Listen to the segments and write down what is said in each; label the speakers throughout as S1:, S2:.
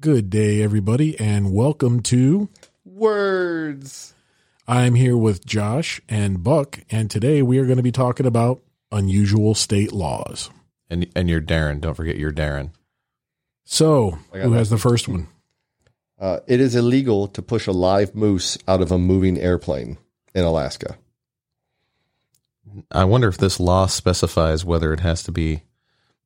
S1: Good day, everybody, and welcome to.
S2: Words.
S1: I'm here with Josh and Buck, and today we are going to be talking about unusual state laws.
S3: And and you're Darren. Don't forget you're Darren.
S1: So,
S2: I got
S1: who
S2: that.
S1: has the first one?
S2: Uh, it is illegal to push a live moose out of a moving airplane in Alaska.
S3: I wonder if this law specifies whether it has to be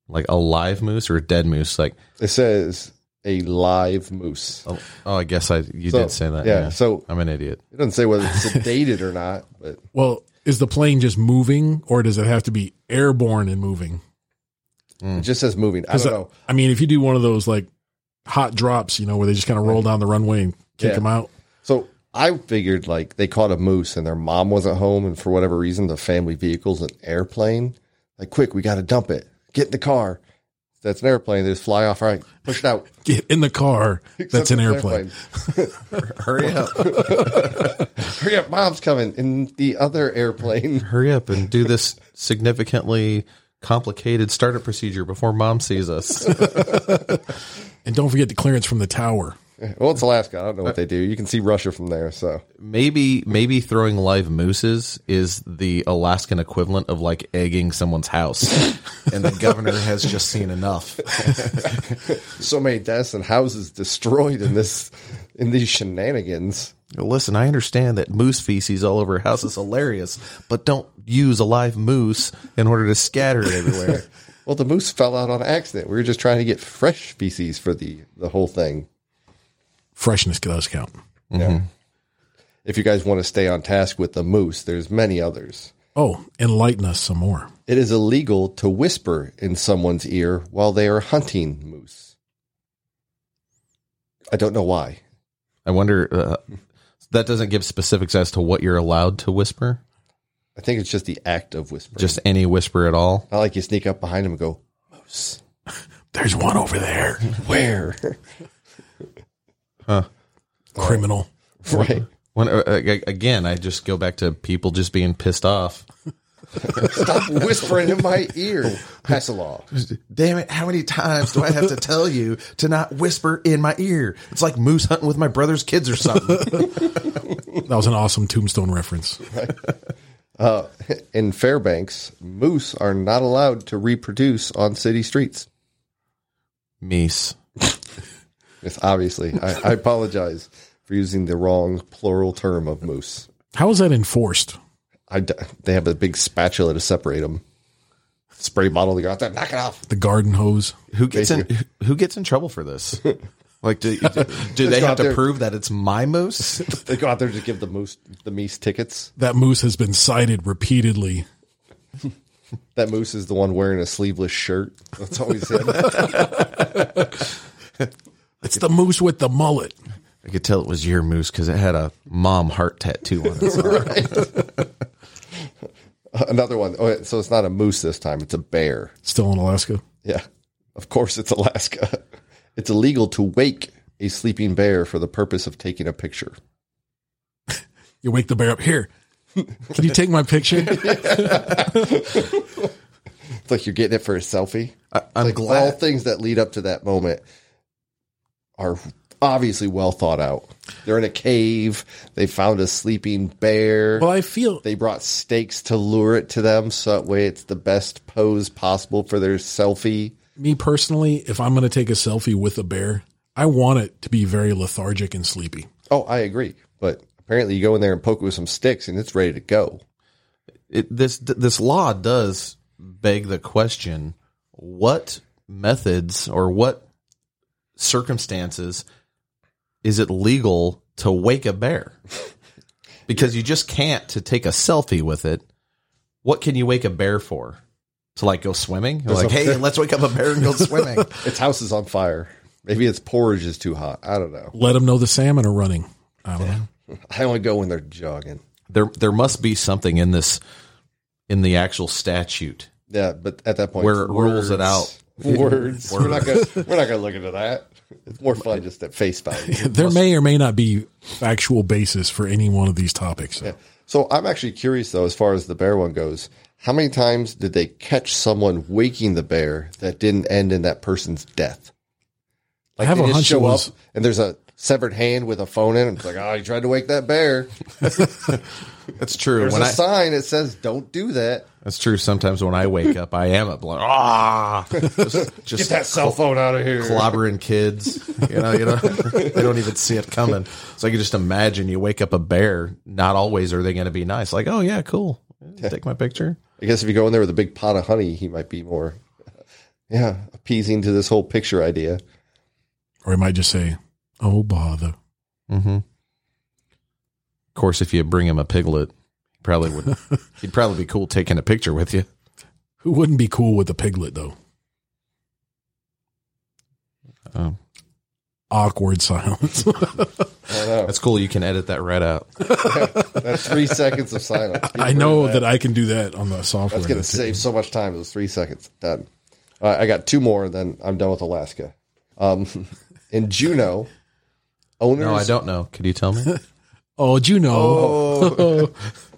S3: like a live moose or a dead moose. Like,
S2: It says a live moose.
S3: oh, oh, I guess I you
S2: So,
S3: did say that.
S2: Yeah, So
S3: I'm an idiot.
S2: it doesn't say whether it's sedated or not, but
S1: Well, is the plane just moving, or does it have to be airborne and moving?
S2: it just says moving. I
S1: 'Cause,
S2: don't
S1: uh,
S2: know.
S1: I mean, if you do one of those like hot drops, you know, where they just kind of roll down the runway and kick
S2: Yeah.
S1: them out.
S2: So I figured like they caught a moose and their mom wasn't home, and for whatever reason, the family vehicle's an airplane. Like, quick, we got to dump it. Get in the car. That's an airplane. They just fly off. All right, push it out.
S1: Get in the car.
S2: Except
S1: that's an
S2: it's
S1: airplane.
S3: Hurry up!
S2: Hurry up, mom's coming in the other airplane.
S3: Hurry up and do this significantly complicated startup procedure before mom sees us.
S1: And don't forget the clearance from the tower.
S2: Well, it's Alaska. I don't know what they do. You can see Russia from there. So
S3: maybe maybe throwing live mooses is the Alaskan equivalent of like egging someone's house.
S4: and the governor has just seen enough.
S2: so many deaths and houses destroyed in this in these shenanigans.
S3: Listen, I understand that moose feces all over your house is hilarious, but don't use a live moose in order to scatter it everywhere.
S2: Well, the moose fell out on accident. We were just trying to get fresh species for the the whole thing.
S1: Freshness does count.
S2: Yeah. If you guys want to stay on task with the moose, there's many others.
S1: Oh, enlighten us some more.
S2: It is illegal to whisper in someone's ear while they are hunting moose. I don't know why.
S3: I wonder uh, that doesn't give specifics as to what you're allowed to whisper.
S2: I think it's just the act of whispering.
S3: Just any whisper at all.
S2: not like you sneak up behind them and go, moose.
S1: There's one over there.
S2: Where?
S1: Criminal.
S2: right.
S3: When, uh, ag- again, I just go back to people just being pissed off.
S2: Stop whispering in my ear. Pass a law.
S4: Damn it, how many times do I have to tell you to not whisper in my ear? It's like moose hunting with my brother's kids or something.
S1: That was an awesome tombstone reference.
S2: In Fairbanks, moose are not allowed to reproduce on city streets.
S3: Meese.
S2: It's obviously. I, I apologize for using the wrong plural term of moose.
S1: How is that enforced?
S2: I d they have a big spatula to separate them. Spray bottle, they go out there, knock it off.
S1: The garden hose.
S3: Who gets in? Who gets in trouble for this? Like, do, do, do they
S2: go out
S3: have to
S2: there.
S3: prove that it's my moose?
S2: They go out there to give the moose the meese tickets.
S1: That moose has been sighted repeatedly.
S2: That moose is the one wearing a sleeveless shirt. That's always him.
S1: It's the moose with the mullet.
S3: I could tell it was your moose because it had a mom heart tattoo on its arm.
S2: Another one. Oh, so it's not a moose this time, it's a bear.
S1: Still in Alaska.
S2: Yeah. Of course, it's Alaska. It's illegal to wake a sleeping bear for the purpose of taking a picture.
S1: You wake the bear up here. Can you take my picture?
S2: It's like you're getting it for a selfie.
S3: I, I'm
S2: Like all
S3: glad.
S2: things that lead up to that moment are obviously well thought out. They're in a cave. They found a sleeping bear.
S1: Well, I feel
S2: they brought stakes to lure it to them so that way it's the best pose possible for their selfie.
S1: me personally, if I'm going to take a selfie with a bear, I want it to be very lethargic and sleepy.
S2: Oh, I agree. But apparently, you go in there and poke it with some sticks and it's ready to go.
S3: it, this this law does beg the question: What methods or what circumstances is it legal to wake a bear? Because you just can't to take a selfie with it. What can you wake a bear for? To like go swimming? Like, hey, let's wake up a bear and go swimming.
S2: Its house is on fire. Maybe its porridge is too hot. I don't know.
S1: Let them know the salmon are running. I don't know.
S2: I only go when they're jogging.
S3: there there must be something in this in the actual statute.
S2: Yeah, but at that point,
S3: Where it
S2: it's
S3: rules it out.
S2: Words. We're not gonna we're not gonna look into that. It's more fun just at face value.
S1: There may or may not be factual basis for any one of these topics.
S2: So I'm actually curious though, as far as the bear one goes, how many times did they catch someone waking the bear that didn't end in that person's death? Like
S1: have
S2: they
S1: a
S2: just
S1: hunch
S2: show
S1: it was-
S2: up and there's a severed hand with a phone in. it. It's like, oh, you tried to wake that bear.
S3: That's true.
S2: There's
S3: When
S2: a
S3: I,
S2: sign that says, "Don't do that."
S3: that's true. Sometimes when I wake up, I am at blood. Ah, just,
S2: Get
S3: just
S2: that cell phone out of here.
S3: clobbering kids. You know, you know, they don't even see it coming. So I can just imagine you wake up a bear. Not always are they going to be nice. Like, oh yeah, cool. Take my picture.
S2: I guess if you go in there with a big pot of honey, he might be more, yeah, appeasing to this whole picture idea.
S1: Or he might just say, oh, bother.
S3: Mm-hmm. Of course, if you bring him a piglet, he probably would. he'd probably be cool taking a picture with you.
S1: Who wouldn't be cool with a piglet, though?
S3: Oh.
S1: Awkward silence.
S2: I don't know.
S3: That's cool. You can edit that right out.
S2: That's three seconds of silence.
S1: I know that. I can do that on the software.
S2: That's going to
S1: That's it.
S2: save so much time. Those three seconds. Done. All right, I got two more, and then I'm done with Alaska. Um, in Juneau, owners.
S3: No, I don't know. Could you tell me?
S1: Oh, do you know?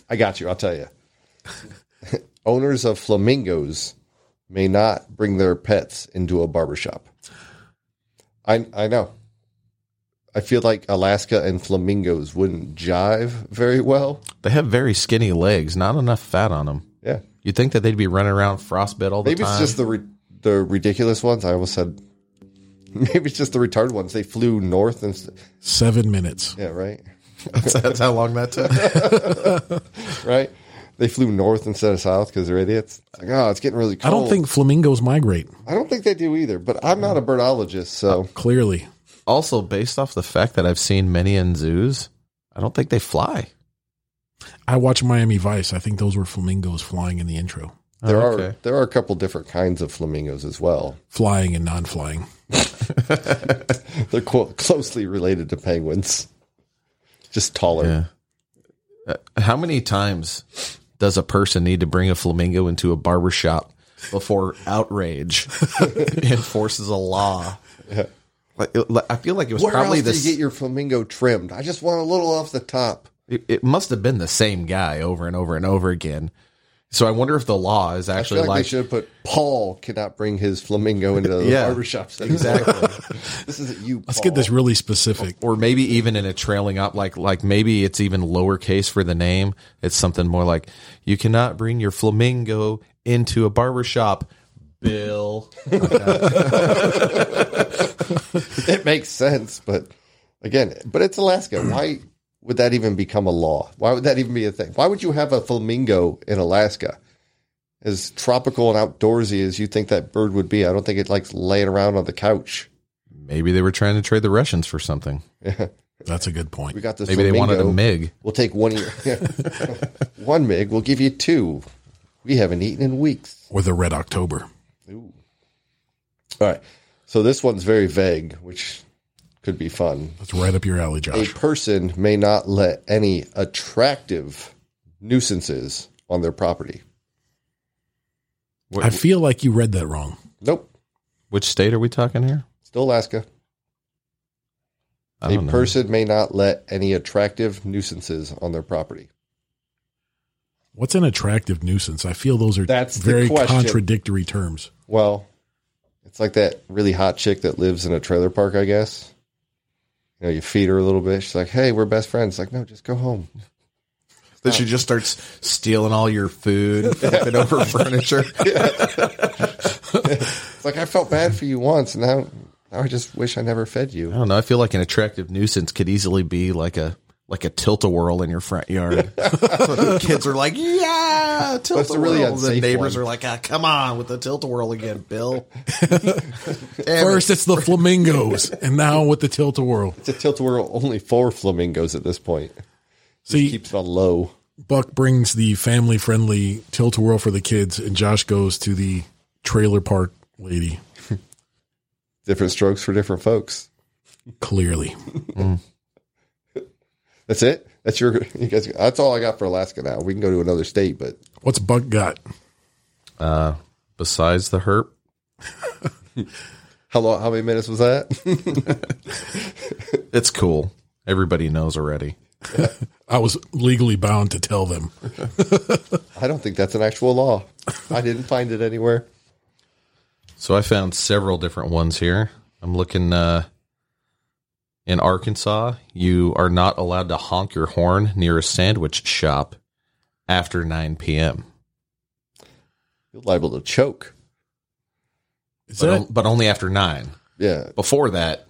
S2: I got you. I'll tell you. owners of flamingos may not bring their pets into a barbershop. I I know. I feel like Alaska and flamingos wouldn't jive very well.
S3: They have very skinny legs. Not enough fat on them.
S2: Yeah.
S3: You'd think that they'd be running around frostbit all the
S2: Maybe
S3: time.
S2: it's just the re- the ridiculous ones. I almost said. Maybe it's just the retarded ones. They flew north and s-
S1: Seven minutes.
S2: yeah, right,
S3: that's, that's how long that took.
S2: right. They flew north instead of south because they're idiots. It's like, oh, it's getting really
S1: I
S2: cold.
S1: don't think flamingos migrate,
S2: I don't think they do either. But I'm not a birdologist, so
S1: clearly.
S3: also, based off the fact that I've seen many in zoos, I don't think they fly.
S1: I watch Miami Vice. I think those were flamingos flying in the intro,
S2: there
S3: Oh,
S2: are
S3: okay.
S2: there are a couple different kinds of flamingos as well.
S1: flying and non flying.
S2: They're clo- closely related to penguins, just taller.
S3: Yeah. Uh, how many times does a person need to bring a flamingo into a barber shop before outrage enforces a law? Like, it- like, I feel like it was
S2: Where
S3: probably
S2: else do
S3: this.
S2: you get your flamingo trimmed? I just want a little off the top.
S3: it, it must have been the same guy over and over and over again. So I wonder if the law is
S2: I feel
S3: actually
S2: like,
S3: like
S2: they should have put Paul cannot bring his flamingo into the
S3: Yeah.
S2: barbershop. setting.
S3: Exactly.
S2: this isn't you.
S1: Let's get this really specific.
S3: or maybe even in a trailing up like like maybe it's even lowercase for the name it's something more like you cannot bring your flamingo into a barber shop bill
S2: it makes sense, but again, but it's Alaska. Why would that even become a law? Why would that even be a thing? Why would you have a flamingo in Alaska? As tropical and outdoorsy as you think that bird would be, I don't think it likes laying around on the couch.
S3: maybe they were trying to trade the russians for something
S1: That's a good point.
S2: We got this.
S3: maybe they wanted a
S2: flamingo.
S3: mig
S2: We'll take one. of your- one mig. We'll give you two. We haven't eaten in weeks.
S1: Or the Red October.
S2: All right. So this one's very vague, which could be fun.
S1: That's right up your alley,
S2: a
S1: Josh.
S2: person may not let any attractive nuisances on their property.
S1: I feel like you read that wrong.
S2: Nope.
S3: which state are we talking here
S2: Still Alaska.
S3: I
S2: A
S3: don't know.
S2: person may not let any attractive nuisances on their property.
S1: What's an attractive nuisance? I feel those are
S2: That's the
S1: very
S2: question.
S1: contradictory terms.
S2: Well, it's like that really hot chick that lives in a trailer park, I guess. You know, you feed her a little bit. She's like, hey, we're best friends. Like, no, just go home.
S3: then she just starts stealing all your food and flipping over furniture
S2: It's like, I felt bad for you once. And now, now I just wish I never fed
S3: i
S2: you.
S3: don't know i feel like an attractive nuisance could easily be like a like a tilt-a-whirl in your front yard
S4: The kids are like, yeah, tilt
S2: That's a really
S4: The
S2: unsafe
S4: neighbors
S2: one.
S4: are like, ah, come on with the tilt a whirl again, Bill. Damn it.
S1: First, it's the flamingos, and now with the tilt a whirl.
S2: It's a tilt-a-whirl only for flamingos at this point.
S1: See,
S2: Keeps it on low.
S1: Buck brings the family friendly tilt a whirl for the kids, and Josh goes to the trailer park lady.
S2: Different strokes for different folks.
S1: Clearly,
S2: That's it. That's your. You guys. That's all I got for Alaska. Now we can go to another state, but
S1: what's Buck got?
S3: uh besides the herp
S2: how long? How many minutes was that?
S3: It's cool. Everybody knows already.
S1: I was legally bound to tell them.
S2: I don't think that's an actual law. I didn't find it anywhere.
S3: So I found several different ones here. I'm looking uh, in Arkansas. You are not allowed to honk your horn near a sandwich shop after 9 p.m.
S2: You're liable to choke.
S1: Is
S3: But,
S1: that
S3: on- but only after nine.
S2: Yeah.
S3: Before that,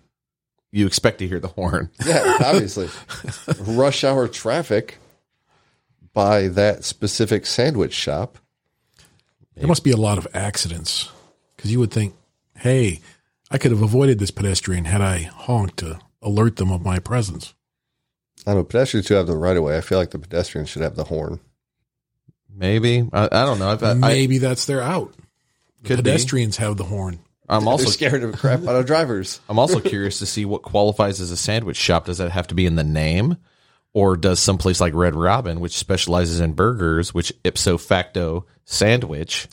S3: you expect to hear the horn.
S2: Yeah, obviously. Rush hour traffic by that specific sandwich shop.
S1: there must be a lot of accidents because you would think, hey, I could have avoided this pedestrian had I honked to alert them of my presence.
S2: I know pedestrians should have the right of way. I feel like the pedestrians should have the horn.
S3: Maybe I, I don't know. I've, I, I
S1: Maybe that's their out.
S3: could pedestrian.
S1: Pedestrians have the horn.
S3: I'm
S2: Also
S3: also
S2: scared of crap out of drivers.
S3: I'm also curious to see what qualifies as a sandwich shop. Does that have to be in the name? Or does someplace like Red Robin, which specializes in burgers, which ipso facto sandwich,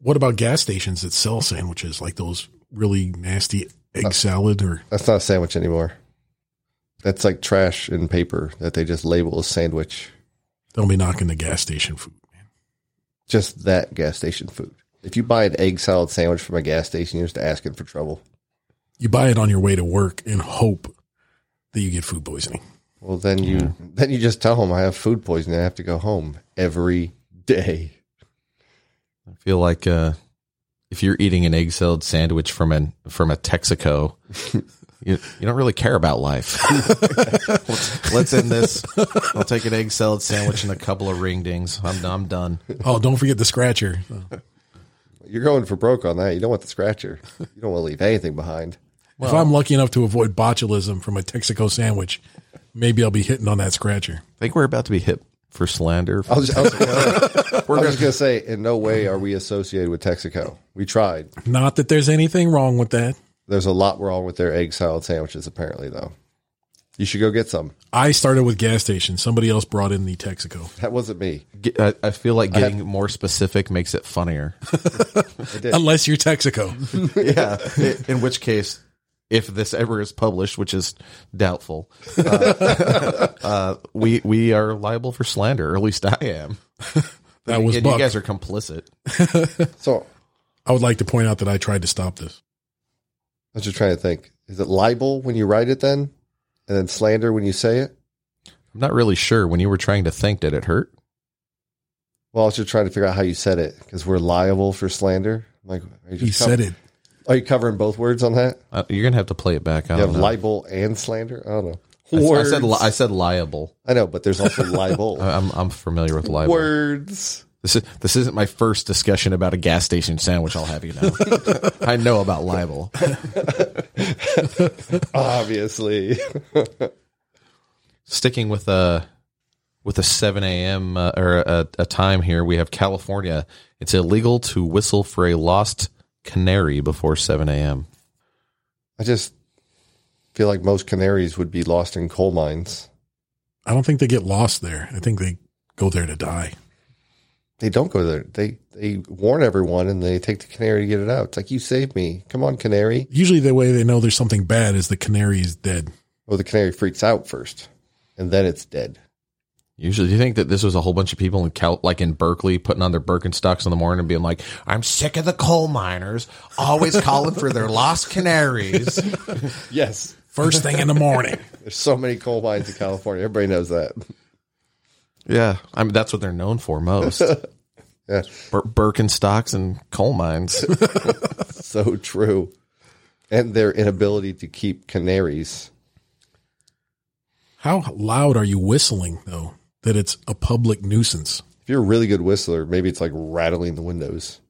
S1: What about gas stations that sell sandwiches like those really nasty egg salad or
S2: That's not a sandwich anymore. That's like trash and paper that they just label as sandwich.
S1: don't be knocking the gas station food.
S2: Just that gas station food. If you buy an egg salad sandwich from a gas station, you're just asking for trouble.
S1: You buy it on your way to work and hope that you get food poisoning.
S2: Well, then you then you just tell them I have food poisoning. I have to go home every day.
S3: I feel like uh, if you're eating an egg salad sandwich from an from a Texaco, you, you don't really care about life. Let's end this. I'll take an egg salad sandwich and a couple of ring dings. I'm I'm done.
S1: Oh, don't forget the scratcher.
S2: You're going for broke on that. You don't want the scratcher. You don't want to leave anything behind.
S1: if I'm lucky enough to avoid botulism from a Texaco sandwich, maybe I'll be hitting on that scratcher.
S3: I think we're about to be hit for slander.
S2: I was, I was, I was just gonna say, in no way are we associated with Texaco. We tried.
S1: Not that there's anything wrong with that.
S2: There's a lot wrong with their egg salad sandwiches, apparently, though. You should go get some.
S1: I started with gas station. Somebody else brought in the Texaco.
S2: That wasn't me.
S3: Get- I, I feel like getting more specific makes it funnier.
S1: Unless you're Texaco.
S3: yeah. In which case, if this ever is published, which is doubtful, uh, uh, we we are liable for slander, or at least I am.
S1: That was
S3: and
S1: Buck.
S3: you guys are complicit.
S2: So
S1: I would like to point out that I tried to stop this.
S2: I was just trying to think. Is it libel when you write it then? And then slander when you say it?
S3: I'm not really sure when you were trying to think, did it hurt?
S2: Well, I was just trying to figure out how you said it because we're liable for slander. I'm Like, are you just
S1: He said it.
S2: Are you covering both words on that?
S3: Uh, you're gonna have to play it back. I
S2: You
S3: don't
S2: have
S3: know.
S2: libel and slander? I don't know.
S3: I, I said li-
S2: Words.
S3: I said liable.
S2: I know, but there's also libel.
S3: I- I'm I'm familiar with liable.
S2: words.
S3: This is this isn't my first discussion about a gas station sandwich. I'll have you know. I know about libel.
S2: Obviously.
S3: sticking with a with a 7 a.m. Uh, or a, a time here we have california it's illegal to whistle for a lost canary before 7 a.m
S2: I just feel like most canaries would be lost in coal mines.
S1: I don't think they get lost there. I think they go there to die.
S2: They don't go there. They they warn everyone and they take the canary to get it out. It's like you saved me. Come on, canary.
S1: Usually, the way they know there's something bad is the canary is dead.
S2: Well, Oh, the canary freaks out first, and then it's dead.
S3: usually do you think that this was a whole bunch of people in Cal- like in berkeley putting on their birkenstocks in the morning and being like i'm sick of the coal miners always calling for their lost canaries
S2: Yes,
S1: First thing in the morning.
S2: there's so many coal mines in California. Everybody knows that.
S3: yeah i mean that's what they're known for most
S2: Yeah,
S3: Bir- birkenstocks and coal mines
S2: so true. And their inability to keep canaries.
S1: How loud are you whistling, though, that it's a public nuisance?
S2: If you're a really good whistler, maybe it's like rattling the windows,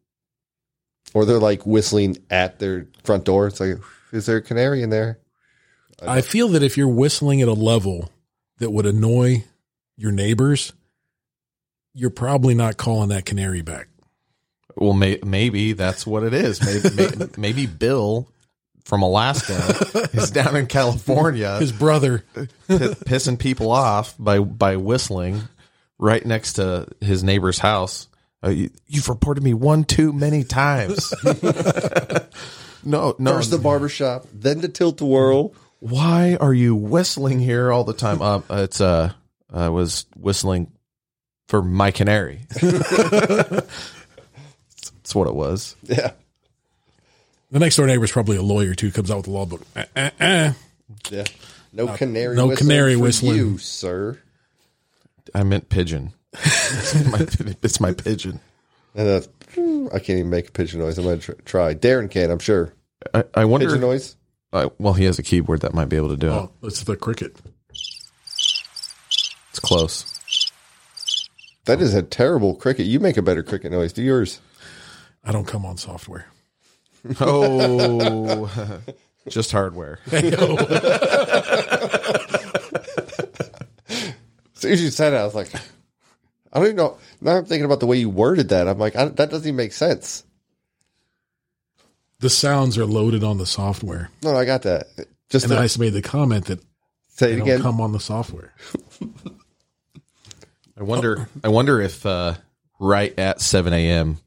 S2: or they're like whistling at their front door. It's like, is there a canary in there?
S1: I feel that if you're whistling at a level that would annoy your neighbors, you're probably not calling that canary back.
S3: Well, may, maybe that's what it is. Maybe, may, maybe Bill from Alaska is down in California
S1: His brother,
S3: pi- pissing people off by by whistling right next to his neighbor's house. Uh, you, you've reported me one too many times. no, no.
S2: First the barber shop, then the tilt a whirl.
S3: why are you whistling here all the time? Uh, it's uh, I was whistling for my canary. that's what it was.
S2: Yeah.
S1: The next door neighbor is probably a lawyer too. Comes out with a law book. Eh, eh, eh.
S2: Yeah. No canary
S1: no
S2: whistling
S1: canary
S2: for
S1: whistling.
S2: you, sir.
S3: I meant pigeon. it's, my, it's my pigeon.
S2: And that's, I can't even make a pigeon noise. I'm going to tr- try. Darren can, I'm sure.
S3: I, I
S2: Pigeon
S3: wonder.
S2: noise?
S3: I, well, he has a keyboard that might be able to do it.
S1: Oh, it's the cricket.
S3: It's close.
S2: That is a terrible cricket. You make a better cricket noise. Do yours.
S1: I don't come on software.
S3: Oh, just hardware.
S2: As soon as you said it, I was like, I don't even know. Now I'm thinking about the way you worded that. I'm like, I, that doesn't even make sense.
S1: The sounds are loaded on the software.
S2: No, I got that. Just
S1: And then
S2: to
S1: I just made the comment that
S2: say
S1: they
S2: it
S1: don't
S2: again.
S1: come on the software.
S3: I wonder. I wonder if uh, right at seven a.m.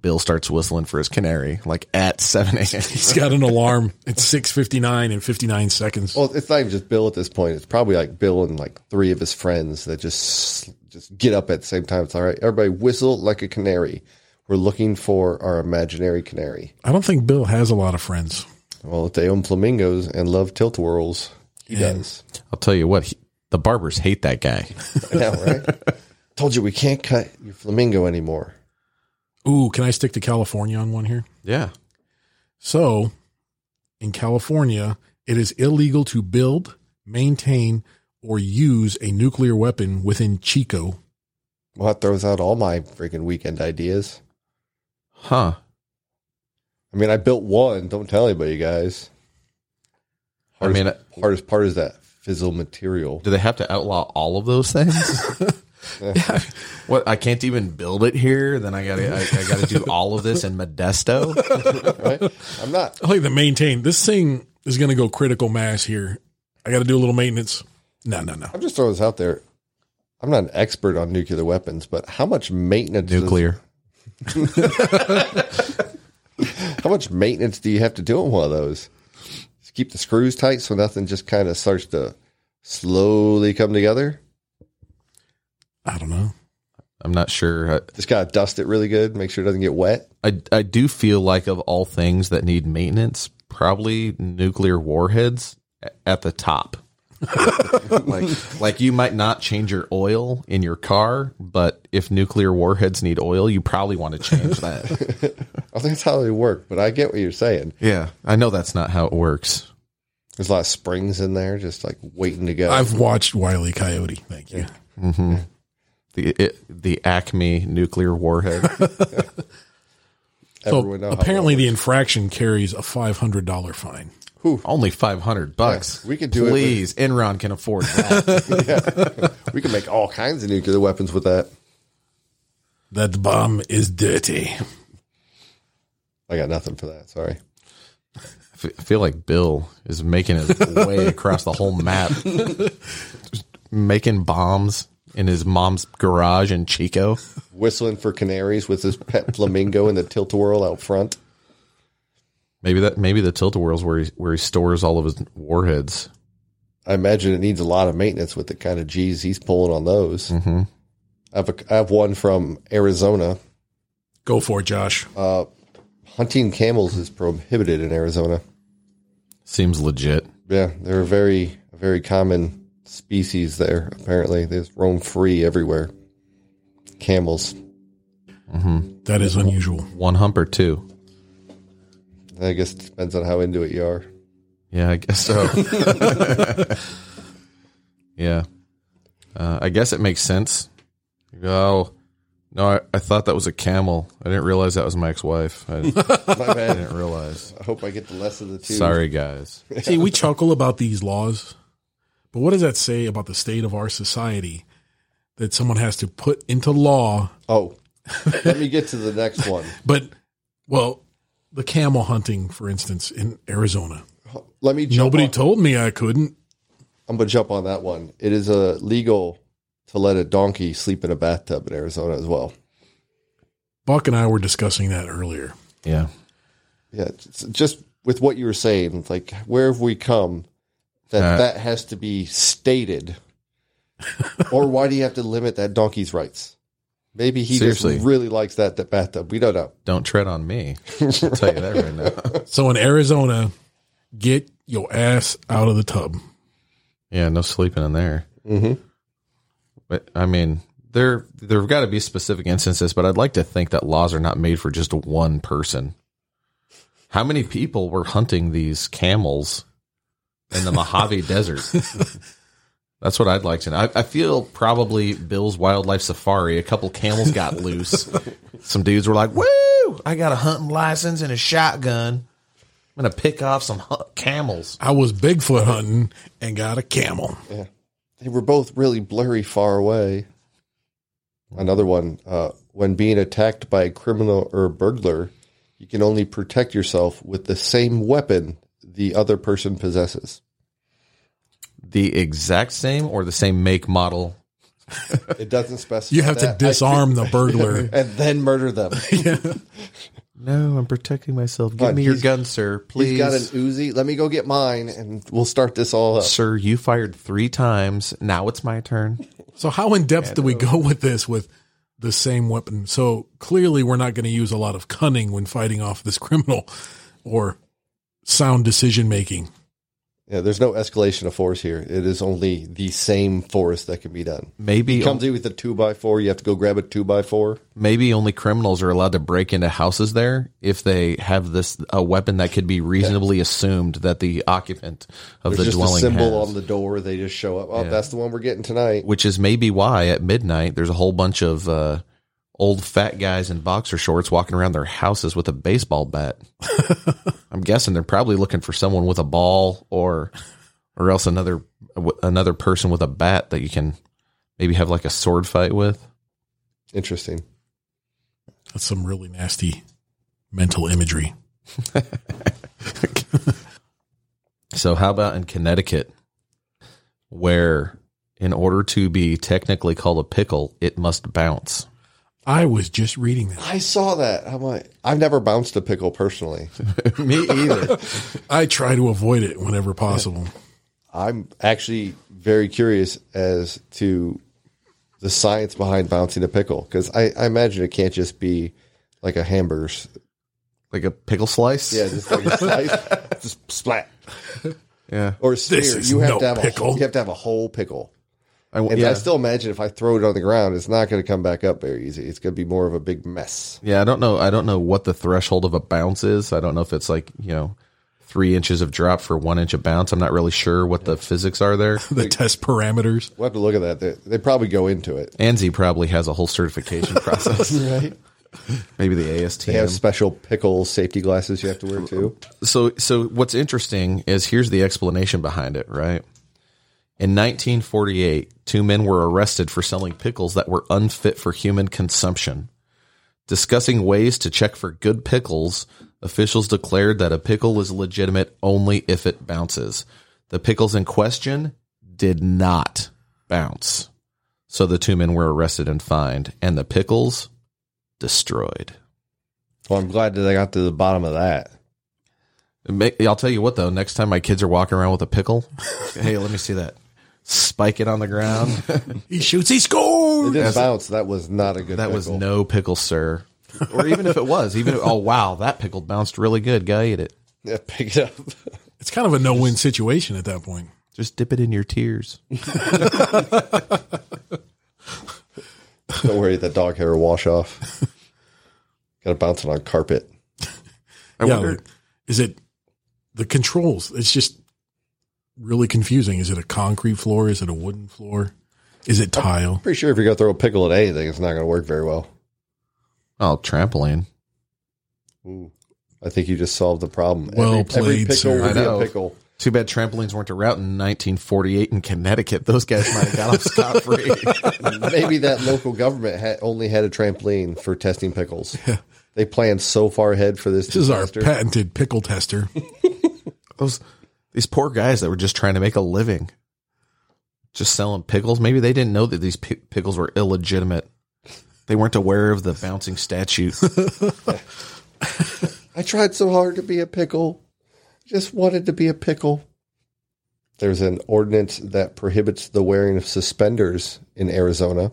S3: Bill starts whistling for his canary, like at seven a.m.
S1: He's got an alarm. It's six fifty nine and fifty nine seconds.
S2: Well, it's not even just Bill at this point. It's probably like Bill and like three of his friends that just just get up at the same time. It's all right. Everybody whistle like a canary. We're looking for our imaginary canary.
S1: I don't think Bill has a lot of friends.
S2: Well, if they own flamingos and love tilt whirls, he
S1: Yeah.
S2: does.
S3: I'll tell you what. He, the barbers hate that guy.
S2: I know, right? Told you we can't cut your flamingo anymore.
S1: Ooh, can I stick to California on one here?
S3: Yeah.
S1: So, in California, it is illegal to build, maintain, or use a nuclear weapon within Chico.
S2: Well, that throws out all my freaking weekend ideas.
S3: Huh.
S2: I mean, I built one. Don't tell anybody, guys.
S3: I
S2: Hardest,
S3: mean,
S2: hardest part is that fizzle material.
S3: do they have to outlaw all of those things? what? I can't even build it here. Then I got to. I, I got to do all of this in Modesto.
S2: Right? I'm not.
S1: I like the maintain. This thing is going to go critical mass here. I got to do a little maintenance. No, no, no.
S2: I'm just throwing this out there. I'm not an expert on nuclear weapons, but how much maintenance? does-
S3: Nuclear.
S2: how much maintenance do you have to do on one of those? Just keep the screws tight so nothing just kind of starts to slowly come together.
S1: I don't know.
S3: I'm not sure. I,
S2: Just gotta dust it really good, make sure it doesn't get wet.
S3: I, I do feel like of all things that need maintenance, probably nuclear warheads a- at the top. like like you might not change your oil in your car, but if nuclear warheads need oil, you probably want to change that.
S2: I think that's how they work, but I get what you're saying.
S3: yeah, I know that's not how it works.
S2: There's a lot of springs in there, just like waiting to go.
S1: I've watched Wiley Coyote. Thank you.
S3: The it, the Acme nuclear warhead.
S2: Everyone know
S1: so
S2: how it
S1: apparently, the
S2: works.
S1: infraction carries a five hundred dollar fine.
S3: Only 500 bucks.
S2: Yeah, we could do it with-
S3: Please, Enron can afford that.
S2: we can make all kinds of nuclear weapons with that.
S1: That bomb is dirty.
S2: I got nothing for that. Sorry.
S3: I f- feel like Bill is making his way across the whole map, Just making bombs in his mom's garage in Chico.
S2: Whistling for canaries with his pet flamingo in the tilt a whirl out front.
S3: Maybe that maybe the tilt a whirls where he where he stores all of his warheads.
S2: I imagine it needs a lot of maintenance with the kind of G's he's pulling on those. Mm-hmm. I've a, I have one from Arizona.
S1: Go for it, Josh.
S2: Hunting camels is prohibited in Arizona.
S3: Seems legit.
S2: Yeah, they're a very a very common species there. Apparently, they just roam free everywhere. Camels.
S1: that is unusual.
S3: One hump or two.
S2: I guess it depends on how into it you are.
S3: Yeah, I guess so. yeah, uh, I guess it makes sense. You go, Oh no, I, I thought that was a camel. I didn't realize that was my ex-wife. I didn't
S2: My bad.
S3: realize.
S2: I hope I get the less of the two.
S3: Sorry, guys.
S1: See, we chuckle about these laws, but what does that say about the state of our society that someone has to put into law?
S2: Oh, let me get to the next one.
S1: But, well, the camel hunting, for instance, in Arizona.
S2: Let me jump.
S1: Nobody
S2: on-
S1: told me I couldn't.
S2: I'm gonna jump on that one. It is uh, legal to let a donkey sleep in a bathtub in Arizona as well.
S1: Buck and I were discussing that earlier.
S3: Yeah.
S2: Yeah, it's- just with what you were saying, it's like where have we come that
S3: Uh,
S2: that has to be stated, or why do you have to limit that donkey's rights? Maybe he
S3: Seriously.
S2: just really likes that, that bathtub. We don't know.
S3: Don't tread on me. I'll tell you that right now.
S1: So in Arizona, get your ass out of the tub.
S3: Yeah, no sleeping in there. Mm-hmm. But I mean, there there've got to be specific instances. But I'd like to think that laws are not made for just one person. How many people were hunting these camels in the Mojave Desert? That's what I'd like to know. I, I feel probably Bill's Wildlife Safari. A couple camels got loose. Some dudes were like, "Woo! I got a hunting license and a shotgun. I'm gonna pick off some hu- camels."
S1: I was Bigfoot hunting and got a camel.
S2: They were both really blurry far away. Another one, uh, when being attacked by a criminal or a burglar, you can only protect yourself with the same weapon the other person possesses.
S3: the exact same or the same make model.
S2: It doesn't specify.
S1: You have to
S2: that. I
S1: disarm the burglar.
S2: think- and then murder them.
S3: No, I'm protecting myself.
S2: But
S3: Give me your
S2: he's-
S3: gun, sir,
S2: He's
S3: please.
S2: got an Uzi. Let me go get mine, and we'll start this all up.
S3: sir, you fired three times. Now it's my turn.
S1: So how in depth do we go with this with the same weapon? So clearly we're not going to use a lot of cunning when fighting off this criminal or sound decision making.
S2: Yeah, there's no escalation of force here. It is only the same force that can be done.
S3: Maybe
S2: Comes in with a two by four. You have to go grab a two by four.
S3: maybe only criminals are allowed to break into houses there if they have this a weapon that could be reasonably assumed that the occupant of
S2: There's
S3: the
S2: just
S3: dwelling
S2: a symbol
S3: has.
S2: on the door. They just show up. Oh, that's the one we're getting tonight.
S3: which is maybe why at midnight there's a whole bunch of uh, old fat guys in boxer shorts walking around their houses with a baseball bat. I'm guessing they're probably looking for someone with a ball or or else another another person with a bat that you can maybe have like a sword fight with.
S2: Interesting.
S1: That's some really nasty mental imagery.
S3: So how about in Connecticut where in order to be technically called a pickle, it must bounce.
S1: I was just reading that.
S2: I saw that. I'm like, I've never bounced a pickle personally.
S3: Me either.
S1: I try to avoid it whenever possible.
S2: I'm actually very curious as to the science behind bouncing a pickle because I, I imagine it can't just be like a hamburger's.
S3: like a pickle slice?
S2: Yeah, just like a slice, just splat.
S3: Yeah.
S2: Or smear.
S1: is
S2: You have
S1: no
S2: to have a
S1: pickle.
S2: whole, you have to have a whole pickle.
S3: I,
S2: And
S3: yeah.
S2: I still imagine if I throw it on the ground, it's not going to come back up very easy. It's going to be more of a big mess.
S3: Yeah, I don't know. I don't know what the threshold of a bounce is. I don't know if it's like you know three inches of drop for one inch of bounce. I'm not really sure what the physics are there.
S1: The test parameters.
S2: We'll have to look at that. They, they probably go into it.
S3: ANSI probably has a whole certification process.
S2: Right.
S3: Maybe the ASTM.
S2: They have special pickle safety glasses you have to wear too.
S3: so so what's interesting is here's the explanation behind it, right? In 1948, two men were arrested for selling pickles that were unfit for human consumption. Discussing ways to check for good pickles, officials declared that a pickle is legitimate only if it bounces. The pickles in question did not bounce. So the two men were arrested and fined, and the pickles destroyed.
S2: Well, I'm glad that I got to the bottom of that.
S3: Ma- I'll tell you what though. Next time my kids are walking around with a pickle, hey, let me see that. Spike it on the ground.
S1: He shoots, he
S2: It
S1: scores.
S2: didn't bounce. That was not a good.
S3: that was
S2: pickle.
S3: no pickle, sir. Or even if it was, even if, oh wow, that pickle bounced really good. Guy ate it.
S2: Yeah, pick it up.
S1: It's kind of a no win situation at that point.
S3: Just dip it in your tears.
S2: Don't worry, that dog hair will wash off. got to bounce it on carpet.
S3: I
S1: yeah.
S3: wonder.
S1: Is it the controls? It's just really confusing. Is it a concrete floor? Is it a wooden floor? Is it tile?
S2: Pretty sure if you're gonna throw a pickle at anything, it's not gonna work very well.
S3: Oh, trampoline.
S2: Ooh. I think you just solved the problem.
S1: Well
S2: every, every
S1: played,
S2: pickle
S1: sir.
S2: would
S1: I
S2: be a
S3: know.
S2: pickle.
S3: Too bad trampolines weren't a route in 1948 in Connecticut. Those guys might have got off scot free.
S2: Maybe that local government had, only had a trampoline for testing pickles. They planned so far ahead for this.
S1: This is our patented pickle tester.
S3: Those these poor guys that were just trying to make a living, just selling pickles. Maybe they didn't know that these pi- pickles were illegitimate. They weren't aware of the bouncing statute.
S2: I tried so hard to be a pickle. Just wanted to be a pickle. There's an ordinance that prohibits the wearing of suspenders in Arizona.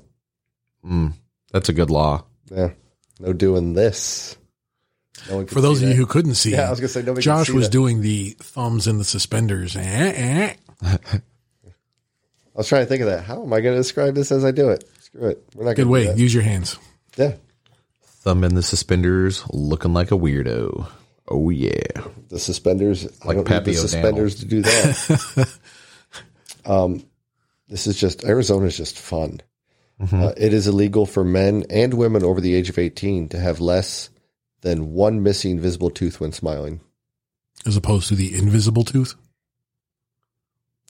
S3: That's a good law.
S2: Yeah. No doing this. No one can
S1: For
S2: see
S1: those of
S2: that.
S1: you who couldn't see,
S2: Yeah, I was gonna say, nobody can
S1: Josh
S2: see
S1: was
S2: that.
S1: doing the thumbs in the suspenders. Eh, eh.
S2: I was trying to think of that. How am I going to describe this as I do it? Screw it. We're not
S1: Good
S2: going to
S1: way. Use your hands.
S2: Yeah.
S3: Thumb in the suspenders, looking like a weirdo. Oh yeah.
S2: The suspenders. I
S3: Like
S2: don't need
S3: Pappy
S2: the suspenders to do that. um, this is just Arizona is just fun.
S3: Mm-hmm.
S2: Uh, it is illegal for men and women over the age of eighteen to have less than one missing visible tooth when smiling.
S1: As opposed to the invisible tooth.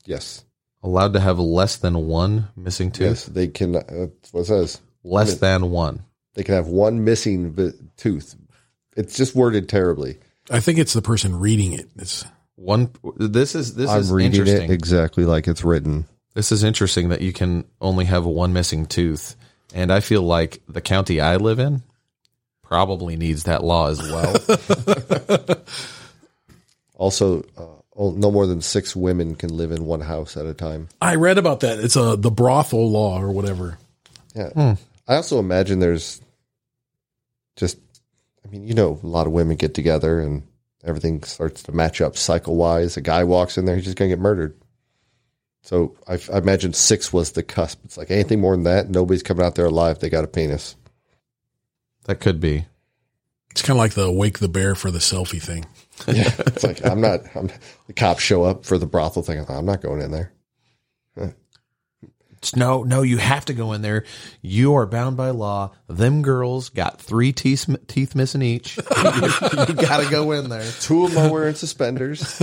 S2: Yes.
S3: Allowed to have less than one missing tooth.
S2: Yes. They can. Uh, that's what it says.
S3: Less than one.
S2: They can have one missing vi- tooth. It's just worded terribly.
S1: I think it's the person reading it. It's,
S3: One. This is this
S2: I'm
S3: is
S2: reading
S3: interesting.
S2: it exactly like it's written.
S3: This is interesting that you can only have one missing tooth. And I feel like the county I live in probably needs that law as well.
S2: Also, uh, oh, no more than six women can live in one house at a time.
S1: I read about that. It's a the brothel law or whatever.
S2: Yeah. I also imagine there's just, I mean, you know, a lot of women get together and everything starts to match up cycle wise. A guy walks in there, he's just going to get murdered. So I, I imagine six was the cusp. It's like anything more than that, nobody's coming out there alive. They got a penis.
S3: that could be.
S1: It's kind of like the wake the bear for the selfie thing.
S2: Yeah. it's like, I'm not, I'm, the cops show up for the brothel thing. I'm not going in there.
S3: It's, no, no, you have to go in there. You are bound by law. Them girls got three teeth, teeth missing each. you got to go in there.
S2: Two of them are wearing suspenders.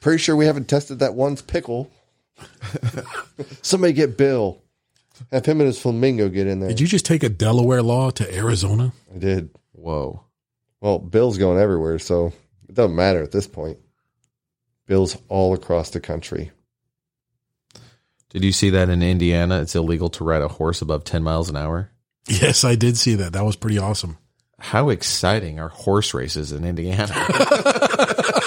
S2: Pretty sure we haven't tested that one's pickle. Somebody get Bill. Have him and his flamingo get in there.
S1: Did you just take a Delaware law to Arizona?
S2: I did.
S3: Whoa.
S2: Well, Bill's going everywhere, so it doesn't matter at this point. Bill's all across the country.
S3: Did you see that in Indiana? It's illegal to ride a horse above 10 miles an hour.
S1: Yes, I did see that. That was pretty awesome.
S3: How exciting are horse races in Indiana?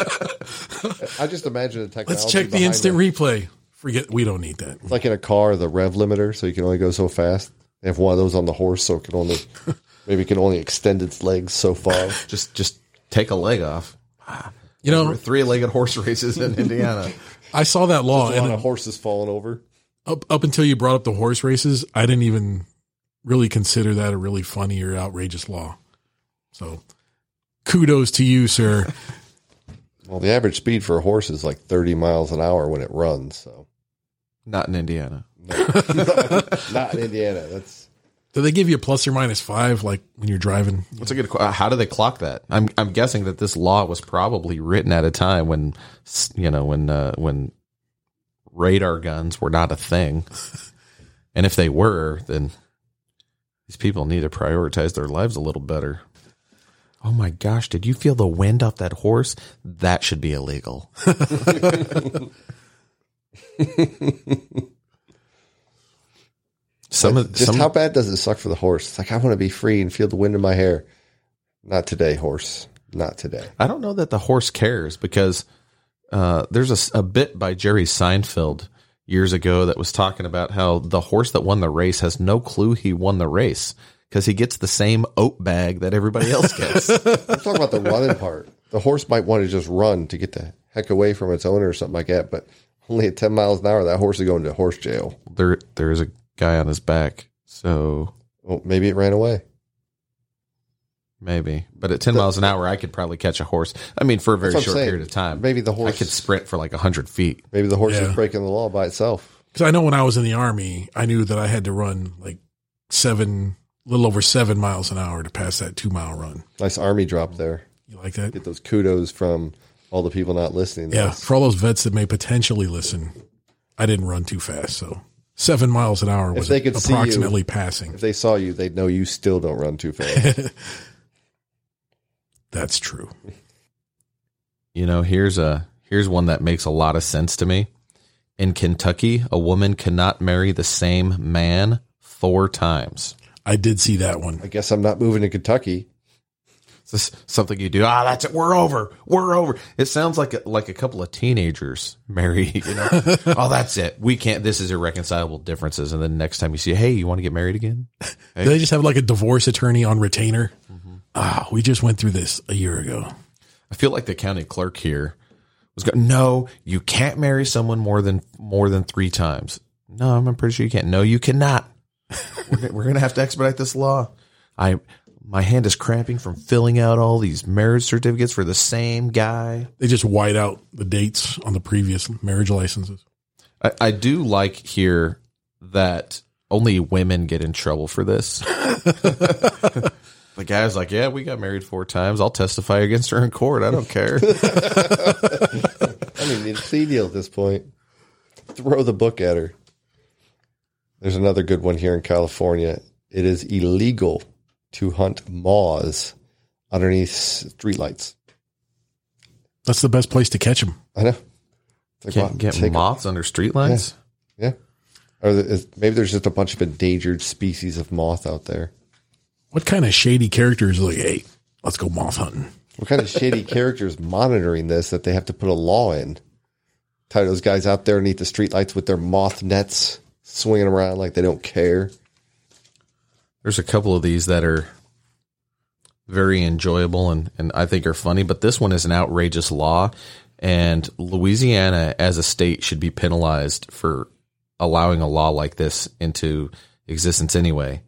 S2: I just imagine the technology.
S1: Let's check the
S2: behind
S1: instant
S2: it.
S1: replay. Forget we don't need that.
S2: It's like in a car, the rev limiter, so you can only go so fast. They have one of those on the horse, so it can only maybe it can only extend its legs so far.
S3: just just take a leg off.
S1: You know,
S3: Three-legged horse races in Indiana.
S1: I saw that law,
S2: a lot of
S1: and
S2: horses falling over.
S1: up up until you brought up the horse races, I didn't even really consider that a really funny or outrageous law. So, kudos to you, sir.
S2: Well, the average speed for a horse is like 30 miles an hour when it runs. So,
S3: Not in Indiana.
S2: not in Indiana. That's
S1: Do they give you a plus or minus five, like when you're driving?
S3: That's a good. que- uh, How do they clock that? I'm I'm guessing that this law was probably written at a time when s- you know when uh, when radar guns were not a thing, and if they were, then these people need to prioritize their lives a little better. Oh my gosh! Did you feel the wind off that horse? That should be illegal. some of
S2: just
S3: some,
S2: how bad does it suck for the horse? It's like, I want to be free and feel the wind in my hair. Not today, horse. Not today.
S3: I don't know that the horse cares because uh, there's a s- a, bit by Jerry Seinfeld years ago that was talking about how the horse that won the race has no clue he won the race because he gets the same oat bag that everybody else gets.
S2: I'm talking about the running part. The horse might want to just run to get the heck away from its owner or something like that, but only at 10 miles an hour, that horse is going to horse jail.
S3: there, there is a guy on his back, so
S2: Well, maybe it ran away.
S3: maybe. But at ten miles an hour, I could probably catch a horse. I mean, for a very
S2: That's what I'm
S3: short
S2: saying.
S3: period of time,
S2: Maybe the
S3: I
S2: horse,
S3: could sprint for like hundred feet.
S2: maybe the horse
S1: Yeah.
S2: is breaking the law by itself.
S1: Because I know when I was in the army, I knew that I had to run like seven, little over seven miles an hour to pass that two mile run.
S2: Nice army drop there.
S1: You like that?
S2: Get those kudos from all the people not listening. to
S1: Yeah,
S2: us.
S1: for all those vets that may potentially listen, I didn't run too fast, so seven miles an hour was
S2: they could see you-
S1: approximately passing.
S2: If they saw you, they'd know you still don't run too fast.
S1: That's true.
S3: you know here's a here's one that makes a lot of sense to me in kentucky a woman cannot marry the same man four times
S1: I did see that
S2: I
S1: one.
S2: guess I'm not moving to Kentucky.
S3: Is this something you do? Ah, that's it. We're over. We're over. It sounds like a, like a couple of teenagers marry. You know, oh, that's it. We can't. This is irreconcilable differences. And then next time you see, hey, you want to get married again?
S1: Do they just have like a divorce attorney on retainer?
S2: Mm-hmm.
S1: Ah, we just went through this a year ago.
S3: I feel like the county clerk here was going, no, you can't marry someone more than more than three times. No, I'm pretty sure you can't. No, you cannot. we're, gonna- we're gonna have to expedite this law. I my hand is cramping from filling out all these marriage certificates for the same guy.
S1: They just white out the dates on the previous marriage licenses.
S3: I, I do like here that only women get in trouble for this. the guy's like, yeah, we got married four times. I'll testify against her in court. I don't care.
S2: I mean, it's plea deal at this point. Throw the book at her. There's another good one here in California. It is illegal to hunt moths underneath streetlights.
S1: That's the best place to catch them.
S2: I know. It's like, wow,
S3: Can't get
S2: take-
S3: moths under streetlights.
S2: Yeah. Or the- is, maybe there's just a bunch of endangered species of moth out there.
S1: What kind of shady characters are like, hey, let's go moth hunting?
S2: What kind of shady characters monitoring this that they have to put a law in? Tie those guys out there underneath the streetlights with their moth nets swinging around like they don't care.
S3: There's a couple of these that are very enjoyable and, and I think are funny, but this one is an outrageous law. And Louisiana, as a state, should be penalized for allowing a law like this into existence anyway.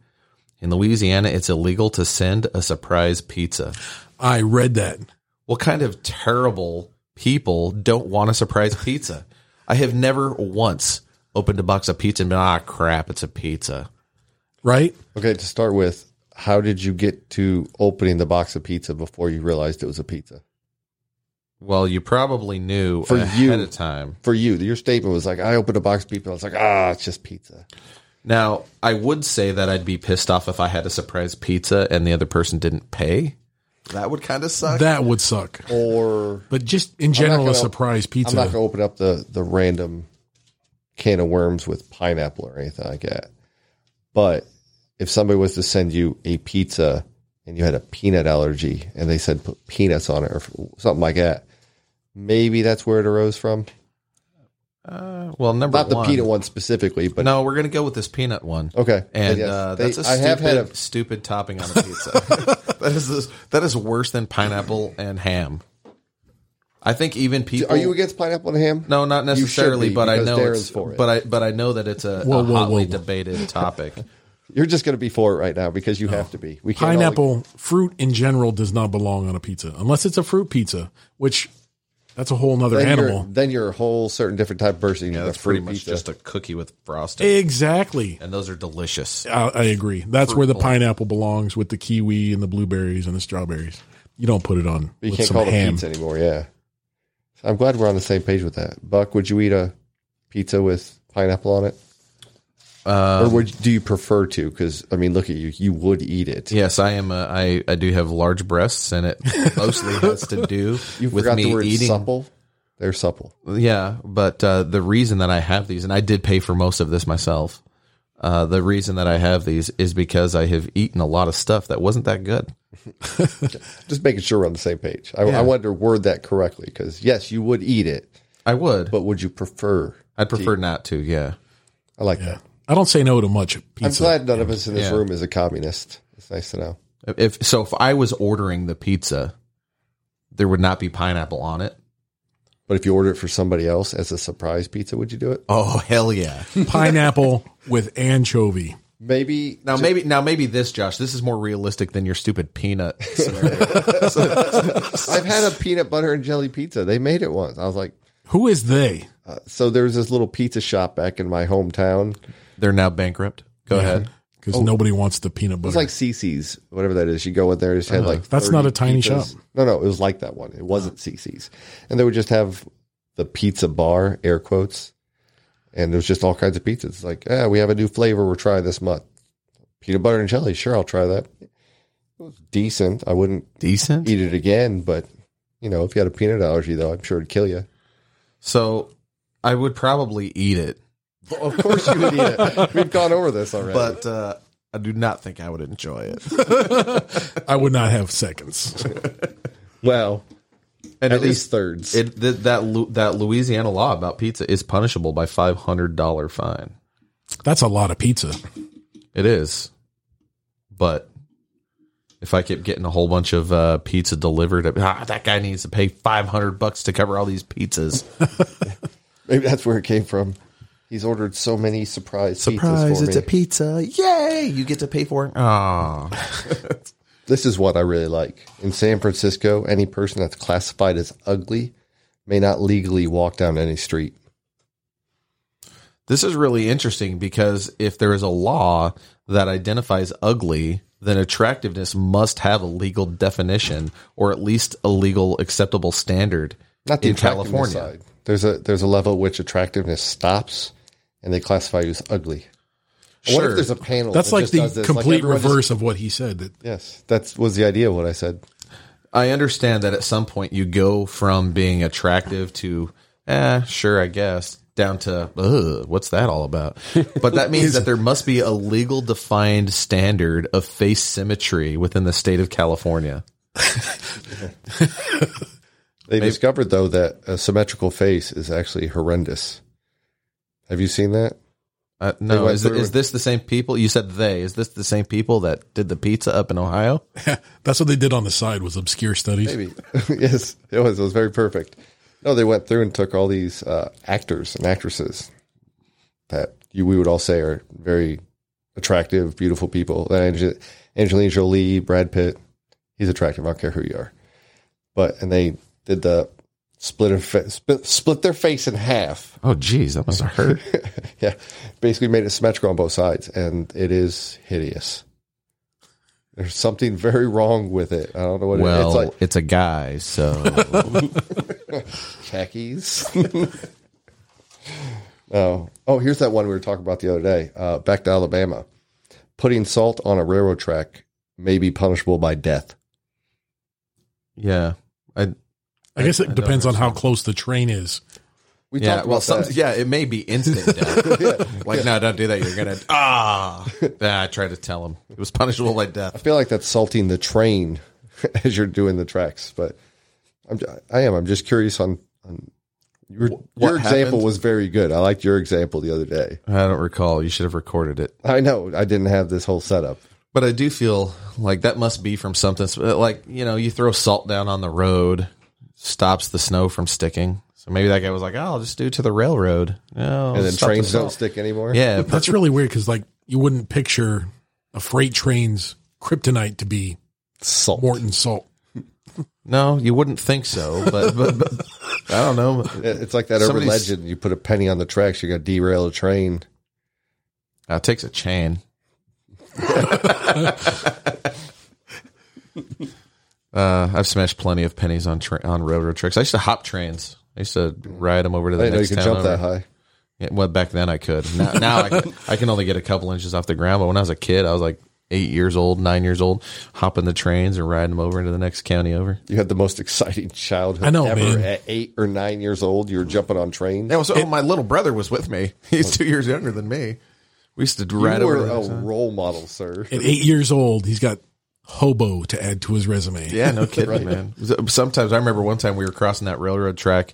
S3: In Louisiana, it's illegal to send a surprise pizza.
S1: I read that.
S3: What kind of terrible people don't want a surprise pizza? I have never once opened a box of pizza and been, ah, crap, it's a pizza.
S1: Right?
S2: Okay, to start with, how did you get to opening the box of pizza before you realized it was a pizza?
S3: Well, you probably knew
S2: For
S3: ahead
S2: you.
S3: of time.
S2: For you, your statement was like, I opened a box of pizza. I was like, ah, it's just pizza.
S3: Now, I would say that I'd be pissed off if I had a surprise pizza and the other person didn't pay. That would kind of suck.
S1: That would suck.
S2: Or
S1: But just in general, a
S2: gonna-
S1: surprise
S2: I'm not going to
S1: pizza.
S2: open up the, the random can of worms with pineapple or anything like that. But if somebody was to send you a pizza and you had a peanut allergy and they said put peanuts on it or something like that, maybe that's where it arose from.
S3: Uh, well, number
S2: Not the
S3: one.
S2: peanut one specifically, but
S3: No, we're going to go with this peanut one.
S2: okay.
S3: And
S2: Yes,
S3: uh,
S2: they-
S3: that's a
S2: I
S3: stupid,
S2: have had a
S3: stupid topping on a pizza. that is this, that is worse than pineapple and ham. I think even people
S2: Are you against pineapple and ham?
S3: No, not
S2: You should
S3: necessarily,
S2: be,
S3: but I
S2: because
S3: know
S2: Darren's
S3: it's
S2: for it.
S3: but I but I know that it's a,
S1: Whoa,
S3: a
S1: whoa,
S3: hotly
S1: whoa.
S3: debated topic.
S2: You're just going to be for it right now because you have to be. We can't all-
S1: Oh. Pineapple, fruit in general does not belong on a pizza unless it's a fruit pizza, which that's a whole nother
S2: then You're,
S1: animal.
S2: then you're a whole certain different type of person. Yeah,
S3: That's pretty much just a cookie with frosting,
S1: Exactly.
S3: and those are delicious.
S1: I, I agree. That's where the pineapple belongs with the kiwi and the blueberries and the strawberries. You don't put it on
S2: But you
S1: with
S2: can't
S1: some
S2: call it a
S1: ham.
S2: pizza anymore. Yeah. So I'm glad we're on the same page with that. Buck, would you eat a pizza with pineapple on it,
S3: Uh,
S2: or would do you prefer to? Because I mean, look at you. You would eat it.
S3: Yes, I am. A, I I do have large breasts, and it mostly has to do
S2: You
S3: with
S2: forgot
S3: me
S2: the word
S3: eating.
S2: supple. They're supple.
S3: Yeah, but uh, the reason that I have these, and I did pay for most of this myself. Uh, the reason that I have these is because I have eaten a lot of stuff that wasn't that good.
S2: Just making sure we're on the same page. I, I wanted to word that correctly because yes, you would eat it,
S3: I would,
S2: but would you prefer?
S3: I'd prefer not to. Yeah,
S2: I like that.
S1: I don't say no to much
S2: I'm
S1: pizza.
S2: glad none of us in this
S3: Yeah.
S2: room is a communist. It's nice to know.
S3: if so, if I was ordering the pizza, there would not be pineapple on it.
S2: But if you order it for somebody else as a surprise pizza, would you do it?
S3: Oh hell yeah!
S1: pineapple with anchovy.
S2: Maybe
S3: Now maybe now maybe this, Josh, this is more realistic than your stupid peanut scenario.
S2: I've had a peanut butter and jelly pizza. They made it once. I was like,
S1: Who is they?
S2: so there was this little pizza shop back in my hometown.
S3: They're now bankrupt. Go ahead.
S1: Because nobody wants the peanut butter.
S2: Oh. It's like CC's, whatever that is. You go in there, it just had like
S1: Uh-huh. That's
S2: 30
S1: not a tiny
S2: pizzas.
S1: shop.
S2: No, no, it was like that one. It wasn't CC's, and they would just have the pizza bar, air quotes, and there was just all kinds of pizzas. It's like, yeah, we have a new flavor. We're trying this month. Peanut butter and jelly. Sure, I'll try that. It was decent. I wouldn't
S3: Decent.
S2: eat it again, but you know, if you had a peanut allergy, though, I'm sure it'd kill you.
S3: So I would probably eat it,
S2: Of course, you would eat it. We've gone over this already.
S3: but uh, I do not think I would enjoy it.
S1: I would not have seconds.
S2: Well, at
S3: And it is-
S2: least thirds.
S3: it th- that Lu- that Louisiana law about pizza is punishable by five hundred dollar fine.
S1: That's a lot of pizza.
S3: It is, but if I kept getting a whole bunch of uh, pizza delivered, I'd be, ah, that guy needs to pay five hundred bucks to cover all these pizzas.
S2: Maybe that's where it came from. He's ordered so many surprise, pizzas for me.
S3: pizza! Yay! You get to pay for it. Ah,
S2: this is what I really like. In San Francisco, any person that's classified as ugly may not legally walk down any street.
S3: This is really interesting because if there is a law that identifies ugly, then attractiveness must have a legal definition or at least a legal acceptable standard
S2: Not the
S3: in
S2: attractiveness
S3: California.
S2: Side. There's a there's a level at which attractiveness stops, and they classify you as ugly. What
S3: Sure.
S2: if there's a panel?
S1: That's
S2: that
S1: like
S2: just
S1: the
S2: does this? Like,
S1: complete
S2: everyone just-
S1: reverse of what he said. That
S2: yes, that was the idea of what I said.
S3: I understand that at some point you go from being attractive to, eh, sure, I guess, down to, ugh, what's that all about? But that means that there must be a legal defined standard of face symmetry within the state of California.
S2: They discovered though that a symmetrical face is actually horrendous. Have you seen that?
S3: Uh,
S2: They
S3: no,
S2: went
S3: is, th-
S2: through
S3: is
S2: and-
S3: this the same people? You said they. Is this the same people that did the pizza up in Ohio?
S1: that's what they did on the side was obscure studies.
S2: Maybe. yes, it was. It was very perfect. No, they went through and took all these uh, actors and actresses that you we would all say are very attractive, beautiful people. That Ange- Angelina Jolie, Brad Pitt, he's attractive. I don't care who you are. But and they did the split her fa- split, split their face in half.
S3: Oh, geez, that must have hurt.
S2: yeah, basically made it symmetrical on both sides, and it is hideous. There's something very wrong with it. I don't know what it is.
S3: well,
S2: It's like
S3: it's, a guy, so
S2: khakis. oh, oh, here's that one we were talking about the other day. Uh, back to Alabama, putting salt on a railroad track may be punishable by death.
S3: yeah. I,
S1: I guess it depends on how close the train is.
S2: We
S3: yeah,
S2: talked
S3: well,
S2: about
S3: some,
S2: that.
S3: yeah, it may be instant death. like, no, don't do that. You're gonna ah. Nah, I tried to tell him it was punishable by
S2: I
S3: death.
S2: feel like that's salting the train as you're doing the tracks, but I'm, ju- I am. I'm just curious on. on your, your example
S3: happened?
S2: was very good. I liked your example the other day.
S3: I don't recall. You should have recorded it.
S2: I know I didn't have this whole setup.
S3: But I do feel like that must be from something. sp- Like you know, you throw salt down on the road, stops the snow from sticking. So maybe that guy was like, oh, "I'll just do it to the railroad." No,
S2: And then
S3: stop the
S2: trains don't
S3: salt.
S2: stick anymore.
S3: Yeah,
S1: That's really weird because like you wouldn't picture a freight train's kryptonite to be
S2: Salt.
S1: Morton salt.
S3: No, you wouldn't think so, but, but, but I don't know.
S2: It- It's like that urban
S3: Somebody's-
S2: legend. You put a penny on the tracks, you're going to derail a train.
S3: Uh, it takes a chain. uh, I've smashed plenty of pennies on tra- on railroad tracks. I used to hop trains. I used to ride them over
S2: I
S3: to the
S2: didn't know you
S3: next
S2: could
S3: town.
S2: jump
S3: over.
S2: that high.
S3: Yeah, well, back then I could. Now, now I, I can only get a couple inches off the ground. But when I was a kid, I was like eight years old, nine years old, hopping the trains and riding them over into the next county over.
S2: You had the most exciting childhood
S1: I know,
S2: ever.
S1: man.
S2: At eight or nine years old, you were jumping on trains.
S3: That was oh, my little brother was with me. He's two years younger than me. We used to ride
S2: you were
S3: over. to the
S2: a
S3: next town.
S2: role model, sir.
S1: At eight years old, he's got hobo to add to his resume.
S3: Yeah, no kidding, man. Sometimes I remember one time we were crossing that railroad track,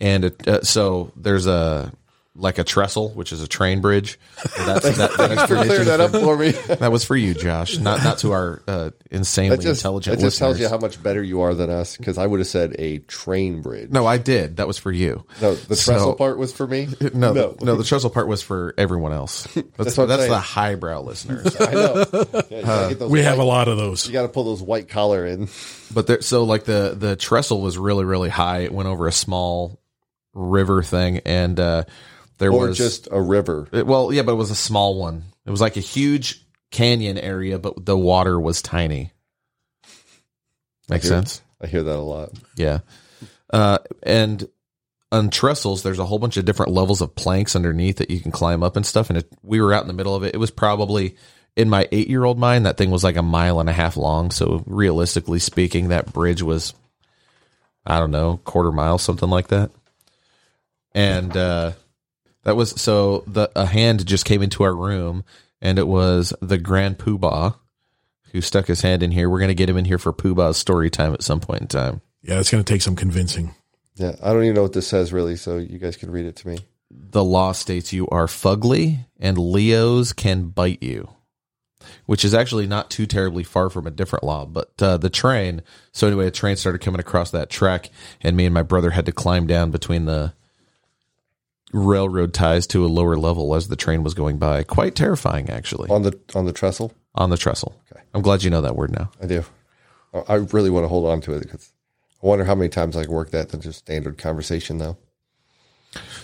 S3: and it, uh, so there's a like a trestle, which is a train bridge. That's, that, that,
S2: Thanks for
S3: explanation
S2: clearing
S3: is
S2: that up
S3: for-
S2: for me.
S3: that was for you, Josh, not not to our uh, insanely
S2: That just,
S3: intelligent
S2: that just tells
S3: listeners.
S2: you how much better you are than us because I would have said a train bridge.
S3: no, I did. That was for you.
S2: No, the
S3: So-
S2: trestle part was for me.
S3: No, no, the, no, the trestle part was for everyone else. That's
S2: what I'm
S3: that's,
S2: saying.
S3: the highbrow listeners.
S2: I know. Yeah, you gotta get those
S1: We have
S2: white-
S1: a lot of those.
S2: You got to pull those white collar in.
S3: But there, so like the the trestle was really really high. It went over a small river thing, and uh, there
S2: Or
S3: was
S2: just a river.
S3: It- well, yeah, but it was a small one. It was like a huge canyon area, but the water was tiny. Makes
S2: I hear-
S3: sense.
S2: I hear that a lot.
S3: Yeah. Uh, and on trestles, there's a whole bunch of different levels of planks underneath that you can climb up and stuff. And it, we were out in the middle of it. It was probably in my eight year old mind that thing was like a mile and a half long. So realistically speaking, that bridge was, I don't know, quarter mile, something like that. And uh, that was so the a hand just came into our room and it was the Grand Poobah who stuck his hand in here. We're going to get him in here for Poobah's story time at some point in time.
S1: Yeah, it's going to take some convincing.
S2: Yeah, I don't even know what this says really, so you guys can read it to me.
S3: The law states you are fugly and Leos can bite you, which is actually not too terribly far from a different law. But uh, the train, so anyway, a train started coming across that track, and me and my brother had to climb down between the railroad ties to a lower level as the train was going by. Quite terrifying, actually,
S2: On the on the trestle,
S3: on the trestle.
S2: Okay.
S3: I'm glad you know that word now.
S2: I do. I- I really want to hold on to it because I wonder how many times I can work that than just standard conversation though.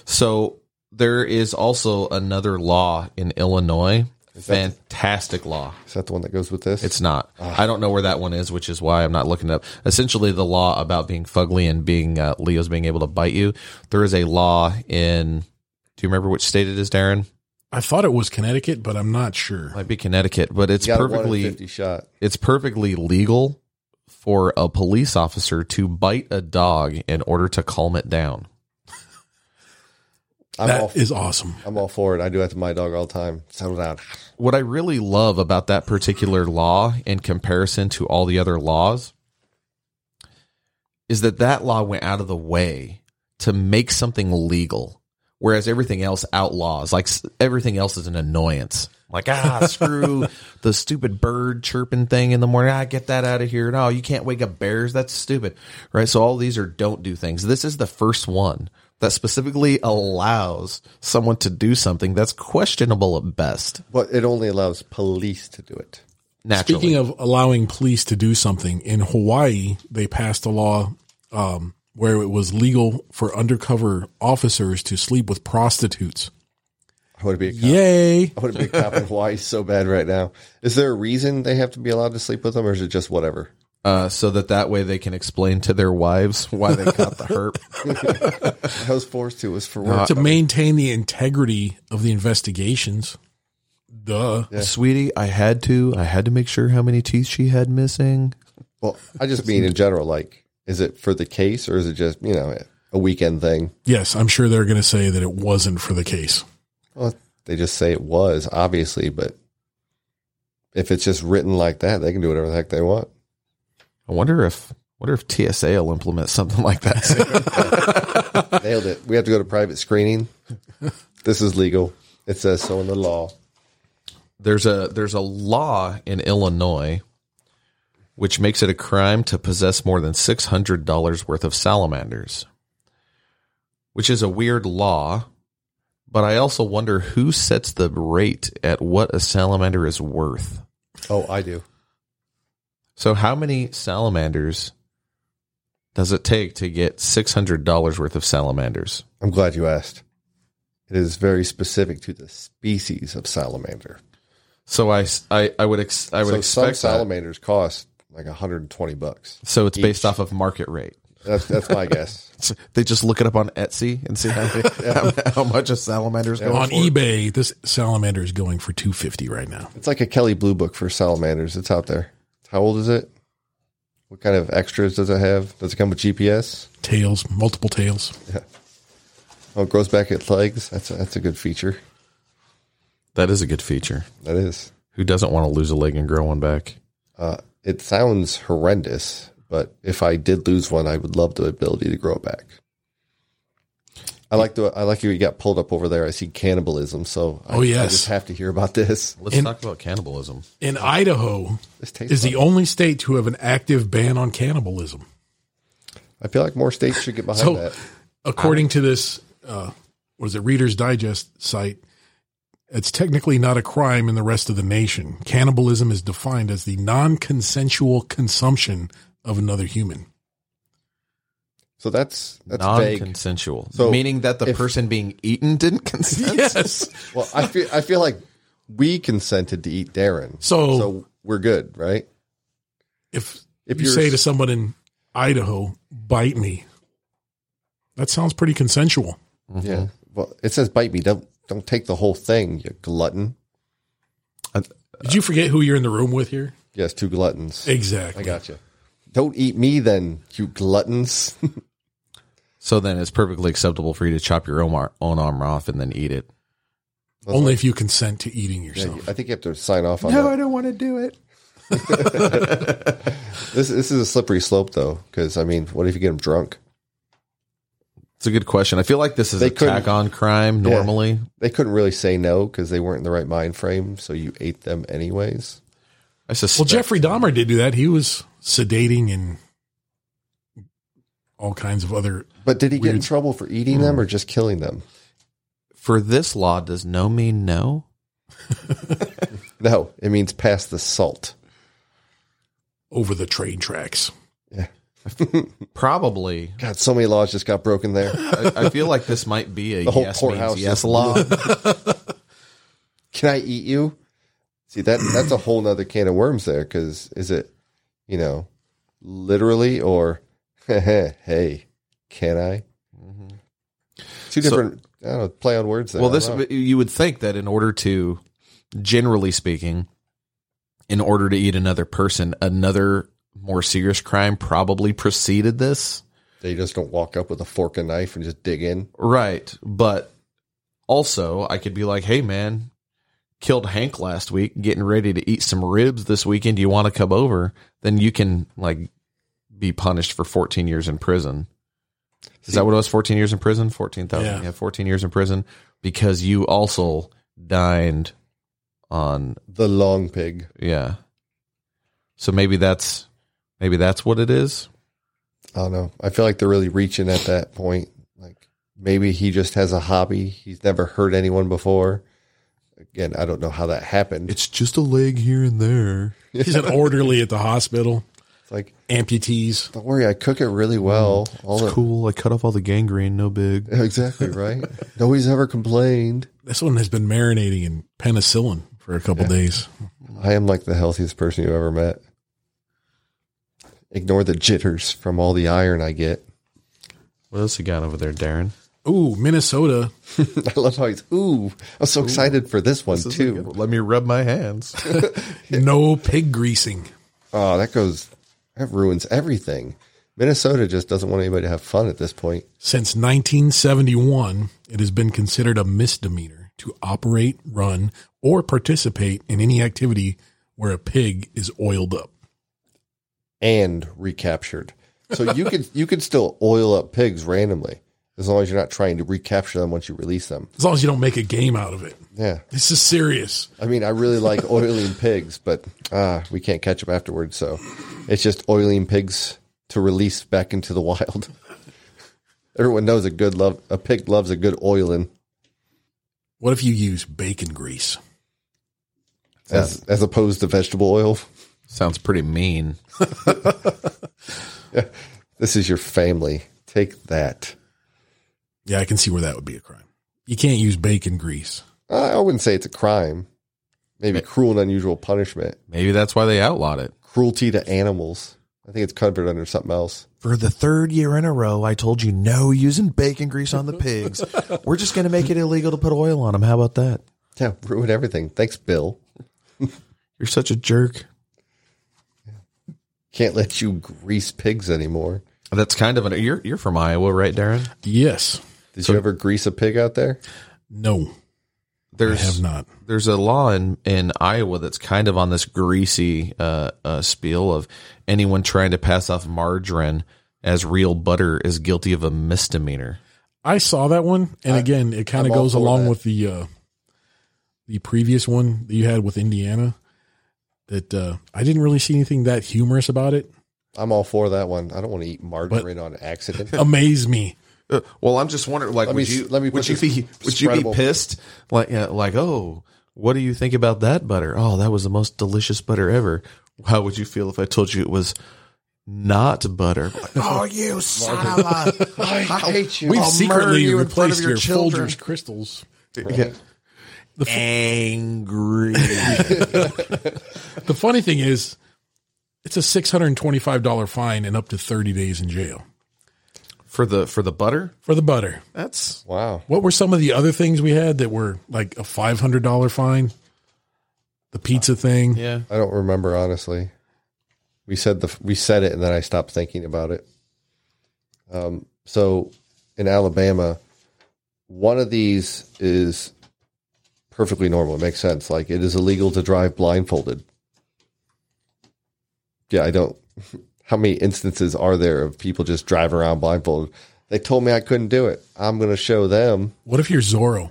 S3: So there is also another law in Illinois.
S2: that-
S3: Fantastic law.
S2: Is that the one that goes with this?
S3: It's not. I don't know where that one is, which is why I'm not looking it up. Essentially, the law about being fugly and being uh, Leo's being able to bite you. There is a law in. Do you remember which state it is, Darren?
S1: I thought it was Connecticut, but I'm not sure.
S3: Might be Connecticut, but it's
S2: You got a one in
S3: perfectly
S2: 50 shot.
S3: it's perfectly legal for a police officer to bite a dog in order to calm it down.
S2: I'm all
S1: That is awesome.
S2: I'm all for it. I do that to my dog all the time. Settle down.
S3: what I really love about that particular law in comparison to all the other laws is that that law went out of the way to make something legal, whereas everything else outlaws. Like s- everything else is an annoyance. Like ah, screw the stupid bird chirping thing in the morning. I get that out of here. No, you can't wake up bears. That's stupid, right? So all these are don't do things. This is the first one that specifically allows someone to do something that's questionable at best
S2: But it only allows police to do it.
S3: naturally.
S1: Speaking of allowing police to do something, in Hawaii, they passed a law um, where it was legal for undercover officers to sleep with prostitutes.
S2: I want to be a cop.
S1: Yay!
S2: I want to be a cop in Hawaii so bad right now. Is there a reason they have to be allowed to sleep with them, or is it just whatever?
S3: uh, so that that way they can explain to their wives why they caught the herp.
S2: I was forced to. It was for work.
S1: to maintain the integrity of the investigations. Duh.
S3: Sweetie, I had to. I had to make sure how many teeth she had missing.
S2: well, I just mean in general. Like, is it for the case, or is it just you know a weekend thing?
S1: Yes, I'm sure they're going to say that it wasn't for the case.
S2: Well, they just say it was obviously, but if it's just written like that, they can do whatever the heck they want.
S3: I wonder if wonder if TSA will implement something like that. soon.
S2: Nailed it. We have to go to private screening. This is legal. It says so in the law.
S3: there's a there's a law in Illinois which makes it a crime to possess more than six hundred dollars worth of salamanders, which is a weird law. But I also wonder who sets the rate at what a salamander is worth.
S2: Oh, I do.
S3: So how many salamanders does it take to get six hundred dollars worth of salamanders?
S2: I'm glad you asked. It is very specific to the species of salamander.
S3: So I I, I would ex, I would
S2: so some
S3: expect that.
S2: salamanders cost like 120 bucks.
S3: So it's based off of market rate.
S2: That's that's my guess.
S3: So they just look it up on Etsy and see how, how, how much a salamander's going
S1: On E-
S3: for.
S1: eBay, this salamander is going for 250 right now.
S2: It's like a Kelly Blue Book for salamanders. It's out there. How old is it? What kind of extras does it have? Does it come with GPS?
S1: Tails, multiple tails.
S2: Oh, it grows back its legs. That's a, that's a good feature.
S3: That is a good feature.
S2: That is.
S3: Who doesn't want to lose a leg and grow one back?
S2: Uh, it sounds horrendous, but if I did lose one, I would love the ability to grow it back. I like the I like you got pulled up over there. I see cannibalism, so I,
S1: Oh,
S2: I
S1: yes.
S2: just have to hear about this.
S3: Let's talk about cannibalism.
S1: In Idaho,
S2: This tastes.
S1: is the only state to have an active ban on cannibalism.
S2: I feel like more states should get behind
S1: So-
S2: that.
S1: According to this, uh, what is it, Reader's Digest site, it's technically not a crime in the rest of the nation. Cannibalism is defined as the non consensual consumption of another human.
S2: So that's that's vague.
S3: Non-consensual,
S2: So
S3: meaning that the
S2: if-
S3: person being eaten didn't consent.
S1: Yes.
S2: Well, I feel I feel like we consented to eat Darren,
S1: So-
S2: so we're good, right?
S1: If,
S2: If
S1: you
S2: you're-
S1: say to someone in Idaho, bite me, that sounds pretty consensual.
S2: Yeah. Well, it says bite me. Don't don't take the whole thing, you glutton.
S1: Did you forget who you're in the room with here?
S2: Yes, two gluttons. I
S1: Exactly.
S2: got you. Don't eat me, then you gluttons.
S3: So then it's perfectly acceptable for you to chop your own, ar- own arm off and then eat it.
S1: Only if you consent to eating yourself.
S2: I think you have to sign off on
S4: No,
S2: that.
S4: I don't want to do it.
S2: This this is a slippery slope though, because I mean, what if you get them drunk?
S3: It's a good question. I feel like this is
S2: They
S3: a tack
S2: couldn't-
S3: on crime
S2: Yeah.
S3: normally.
S2: They couldn't really say no because they weren't in the right mind frame, so you ate them anyways.
S3: I
S1: Well,
S3: suspect.
S1: Jeffrey Dahmer did do that. He was sedating and all kinds of other.
S2: But did he get in
S1: Weird.
S2: trouble for eating them or just killing them?
S3: for this law, does no mean no?
S2: No, it means pass the salt.
S1: Over the train tracks.
S3: Probably.
S2: God, so many laws just got broken there.
S3: I, I feel like this might be a
S2: The whole
S3: yes
S2: courthouse
S3: means
S2: is
S3: yes law.
S2: Can I eat you? See that that's a whole nother can of worms there. Because is it, you know, literally or hey, can I? Two
S3: Mm-hmm. So-
S2: different I don't know, play on words there.
S3: Well,
S2: I
S3: this
S2: don't know.
S3: you would think that in order to, generally speaking, in order to eat another person, another more serious crime probably preceded this,
S2: they just don't walk up with a fork and knife and just dig in.
S3: right? But also, I could be like, "Hey, man, killed Hank last week. Getting ready to eat some ribs this weekend. Do you want to come over?" Then you can like be punished for 14 years in prison. Is that what it was? 14 years in prison? 14,000.
S1: Yeah.
S3: Yeah. 14 years in prison because you also dined on,
S2: The long pig.
S3: yeah. So maybe that's, maybe that's what it is.
S2: I don't know. I feel like they're really reaching at that point. Like maybe he just has a hobby. He's never hurt anyone before. Again, I don't know how that happened.
S3: It's just a leg here and there.
S1: He's an orderly at the hospital.
S2: It's like
S1: Amputees.
S2: don't worry, I cook it really well. All
S3: It's
S2: the,
S3: cool. I cut off all the gangrene. No big.
S2: Exactly right. Nobody's ever complained.
S1: This one has been marinating in penicillin for a couple days.
S2: I am like the healthiest person you've ever met. Ignore the jitters from all the iron I get.
S3: What else you got over there, Darren?
S1: Ooh, Minnesota.
S2: I love how he's ooh. I'm so excited for this one too.
S3: Let me rub my hands.
S1: No pig greasing.
S2: Oh, that goes that ruins everything. Minnesota just doesn't want anybody to have fun at this point.
S1: Since 1971, it has been considered a misdemeanor to operate, run, or participate in any activity where a pig is oiled up.
S2: And recaptured. So you could you could still oil up pigs randomly as long as you're not trying to recapture them once you release them.
S1: As long as you don't make a game out of it.
S2: Yeah.
S1: This is serious.
S2: I mean, I really like oiling pigs, but uh, we can't catch them afterwards. So it's just oiling pigs to release back into the wild. Everyone knows a good love. A pig loves a good oiling.
S1: What if you use bacon grease?
S2: As, as opposed to vegetable oil,
S3: Sounds pretty mean.
S2: this is your family. Take that.
S1: Yeah, I can see where that would be a crime. You can't use bacon grease.
S2: I I wouldn't say it's a crime. Maybe cruel and unusual punishment.
S3: Maybe that's why they outlawed it.
S2: Cruelty to animals. I think it's covered under something else.
S4: For the third year in a row, I told you no using bacon grease on the pigs. We're just going to make it illegal to put oil on them. How about that?
S2: Yeah, ruin everything. Thanks, Bill.
S3: You're such a jerk.
S2: Can't let you grease pigs anymore.
S3: That's kind of an. You're you're from Iowa, right, Darren?
S1: Yes.
S2: Did you ever grease a pig out there?
S1: No, I
S3: There's
S1: have not.
S3: there's a law in in Iowa that's kind of on this greasy uh, uh, spiel of anyone trying to pass off margarine as real butter is guilty of a misdemeanor.
S1: I saw that one, and again, it kind of
S2: I'm all
S1: goes
S2: for
S1: along
S2: that.
S1: with the uh, the previous one that you had with Indiana. That uh, I didn't really see anything that humorous about it.
S2: I'm all for that one. I don't want to eat margarine on accident.
S1: Amaze me.
S3: Uh, well, I'm just wondering, like,
S2: Let
S3: would
S2: me-
S3: you
S2: let me
S3: would
S2: put
S3: you
S2: this
S3: be would you be
S2: spreadable-
S3: pissed like uh, like oh what do you think about that butter? Oh, that was the most delicious butter ever. How would you feel if I told you it was not butter?
S4: Oh, you son of a. I hate you.
S1: We've secretly replaced your, Folgers crystals.
S3: Yeah. Angry.
S1: The funny thing is, it's a six hundred and twenty five dollar fine and up to thirty days in jail
S3: for the for the butter
S1: for the butter.
S3: that's
S2: Wow.
S1: What were some of the other things we had that were like a five hundred dollar fine? The pizza thing.
S3: yeah
S2: I don't remember honestly. We said the we said it and then I stopped thinking about it. Um so in Alabama one of these is perfectly normal. It makes sense. Like it is illegal to drive blindfolded. Yeah, I don't. How many instances are there of people just drive around blindfolded? They told me I couldn't do it. I'm going to show them.
S1: What if you're Zorro?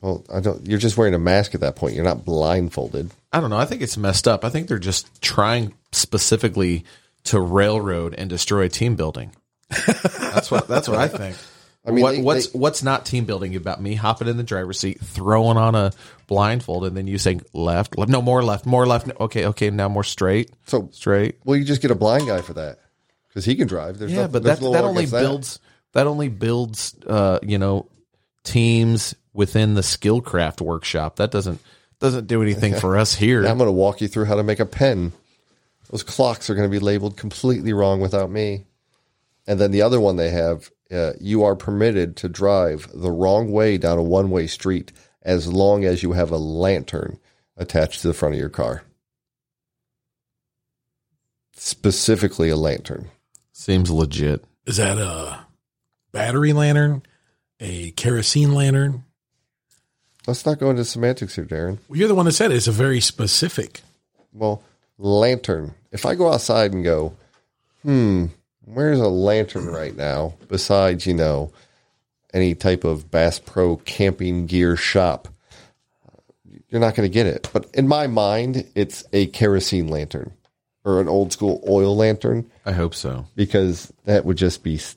S2: Well, I don't. You're just wearing a mask at that point. You're not blindfolded.
S3: I don't know. I think it's messed up. I think they're just trying specifically to railroad and destroy team building. that's what that's what I think.
S2: I mean,
S3: what,
S2: they-
S3: what's
S2: they-
S3: what's not team building about me hopping in the driver's seat, throwing on a blindfold, and then you saying left, left, no more left, more left. Okay, okay, now more straight,
S2: So,
S3: straight.
S2: well, you just get a blind guy for that because he can drive. There's
S3: yeah,
S2: nothing-
S3: but
S2: there's
S3: that
S2: no
S3: that
S2: law
S3: only
S2: against
S3: builds that only builds uh, you know teams within the skill craft workshop. That doesn't doesn't do anything for us here.
S2: I'm going to walk you through how to make a pen. Those clocks are going to be labeled completely wrong without me. And then the other one they have uh, you are permitted to drive the wrong way down a one way street as long as you have a lantern attached to the front of your car. Specifically, a lantern.
S3: Seems legit.
S1: Is that a battery lantern? A kerosene lantern?
S2: Let's not go into semantics here, Darren.
S1: Well, you're the one that said it. it's a very specific.
S2: Well, lantern. If I go outside and go, hmm, where's a lantern right now? Besides, you know, any type of Bass Pro camping gear shop, you're not going to get it. But in my mind, it's a kerosene lantern or an old school oil lantern
S3: I hope so.
S2: because that would just be s-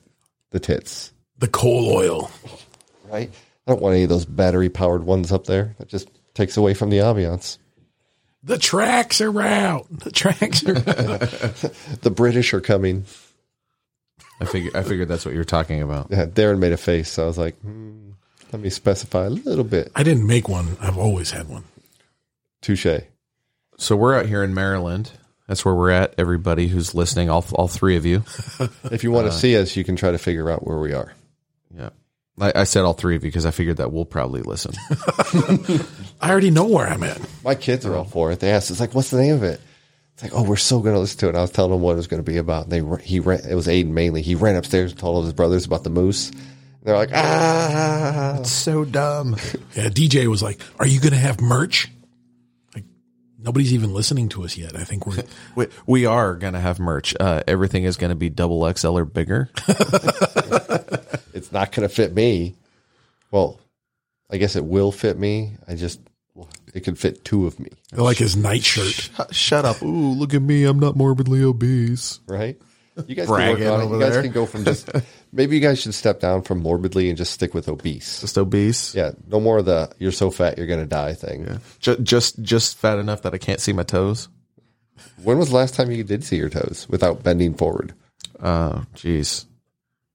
S2: the tits,
S1: The coal oil.
S2: right? I don't want any of those battery powered ones up there. That just takes away from the ambiance.
S1: The tracks are out. The tracks are out.
S2: The British are coming.
S3: I figure I figured that's what you're talking about.
S2: Yeah, Darren made a face, so I was like, hmm, let me specify a little bit.
S1: I didn't make one. I've always had one.
S2: Touche.
S3: So we're out here in Maryland. That's where we're at. Everybody who's listening, all all three of you.
S2: If you want to see us, you can try to figure out where we are.
S3: Yeah. I, I said all three of you because I figured that we'll probably listen.
S1: I already know where I'm at.
S2: My kids are all for it. They asked, it's like, what's the name of it? It's like, oh, we're so going to listen to it. And I was telling them what it was going to be about. And they ra- he ran, it was Aiden mainly. He ran upstairs and told all his brothers about the moose. And they're like, ah,
S4: So dumb.
S1: Yeah, DJ was like, "Are you going to have merch?" Like nobody's even listening to us yet. I think we're
S3: we, we are going to have merch. Uh, everything is going to be double XL or bigger.
S2: it's not going to fit me. Well, I guess it will fit me. I just, it can fit two of me,
S1: I like his nightshirt.
S3: Shut up. Ooh, look at me. I'm not morbidly obese.
S2: right? You guys can work
S3: Bragging
S2: on it.
S3: over
S2: You guys
S3: there.
S2: can go from just, maybe you guys should step down from morbidly and just stick with obese.
S3: Just obese.
S2: Yeah, no more of the "you're so fat you're gonna die" thing.
S3: Just, just just fat enough that I can't see my toes.
S2: When was the last time you did see your toes without bending forward?
S3: Oh, jeez.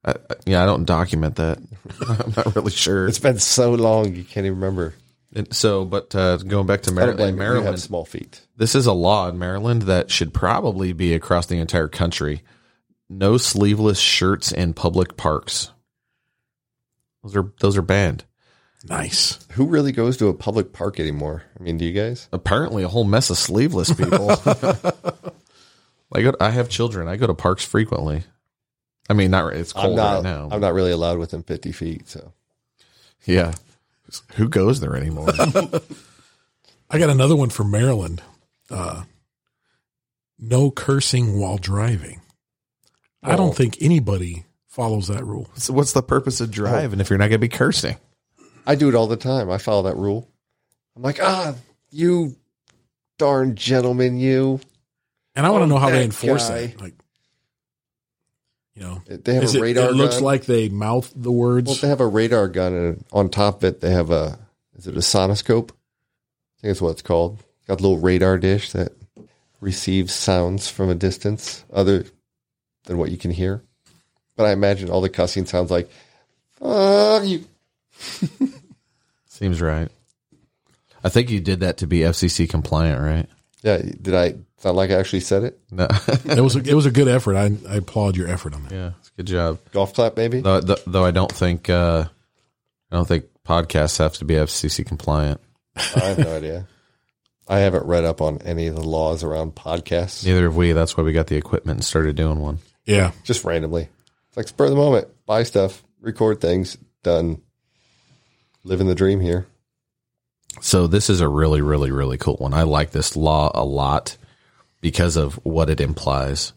S3: I, I- yeah, I don't document that. I'm not really sure.
S2: It's been so long you can't even remember.
S3: And so, but uh, going back to
S2: I don't
S3: Maryland,
S2: blame Maryland. You have
S3: Maryland,
S2: small feet.
S3: this is a law in Maryland that should probably be across the entire country. No sleeveless shirts in public parks. Those are those are banned.
S1: Nice.
S2: Who really goes to a public park anymore? I mean, do you guys?
S3: Apparently, a whole mess of sleeveless people. I go. I have children. I go to parks frequently. I mean, not. re- It's
S2: I'm
S3: cold
S2: not.
S3: right now.
S2: I'm not really allowed within 50 feet. So
S3: yeah. Who goes there anymore?
S1: I got another one from Maryland. Uh, no cursing while driving. I
S2: Oh.
S1: don't think anybody follows that rule.
S3: so what's the purpose of driving if you're not going to be cursing?
S2: I do it all the time. I follow that rule. I'm like, ah, you darn gentleman, you.
S1: And I want to know how
S2: that
S1: they enforce
S2: guy.
S1: that. Like, you know,
S2: They have
S1: is
S2: a
S1: it,
S2: radar.
S1: it looks
S2: gun.
S1: like they mouth the words.
S2: Well, they have a radar gun, and on top of it, they have a is it a sonoscope? I think that's what it's called. Got a little radar dish that receives sounds from a distance other than what you can hear. But I imagine all the cussing sounds like, "Fuck you!"
S3: Seems right. I think you did that to be FCC compliant, right?
S2: Yeah, did I sound like I actually said it?
S3: No.
S1: it was a, it was a good effort. I, I applaud your effort on that.
S3: yeah, it's a good job.
S2: Golf clap, maybe.
S3: Though, th- though I don't think uh, I don't think podcasts have to be FCC compliant.
S2: I have no idea. I haven't read up on any of the laws around podcasts.
S3: Neither have we. That's why we got the equipment and started doing one.
S1: Yeah,
S2: Just randomly, it's like spur of the moment, buy stuff, record things, done. Living the dream here.
S3: So this is a really, really, really cool one. I like this law a lot because of what it implies.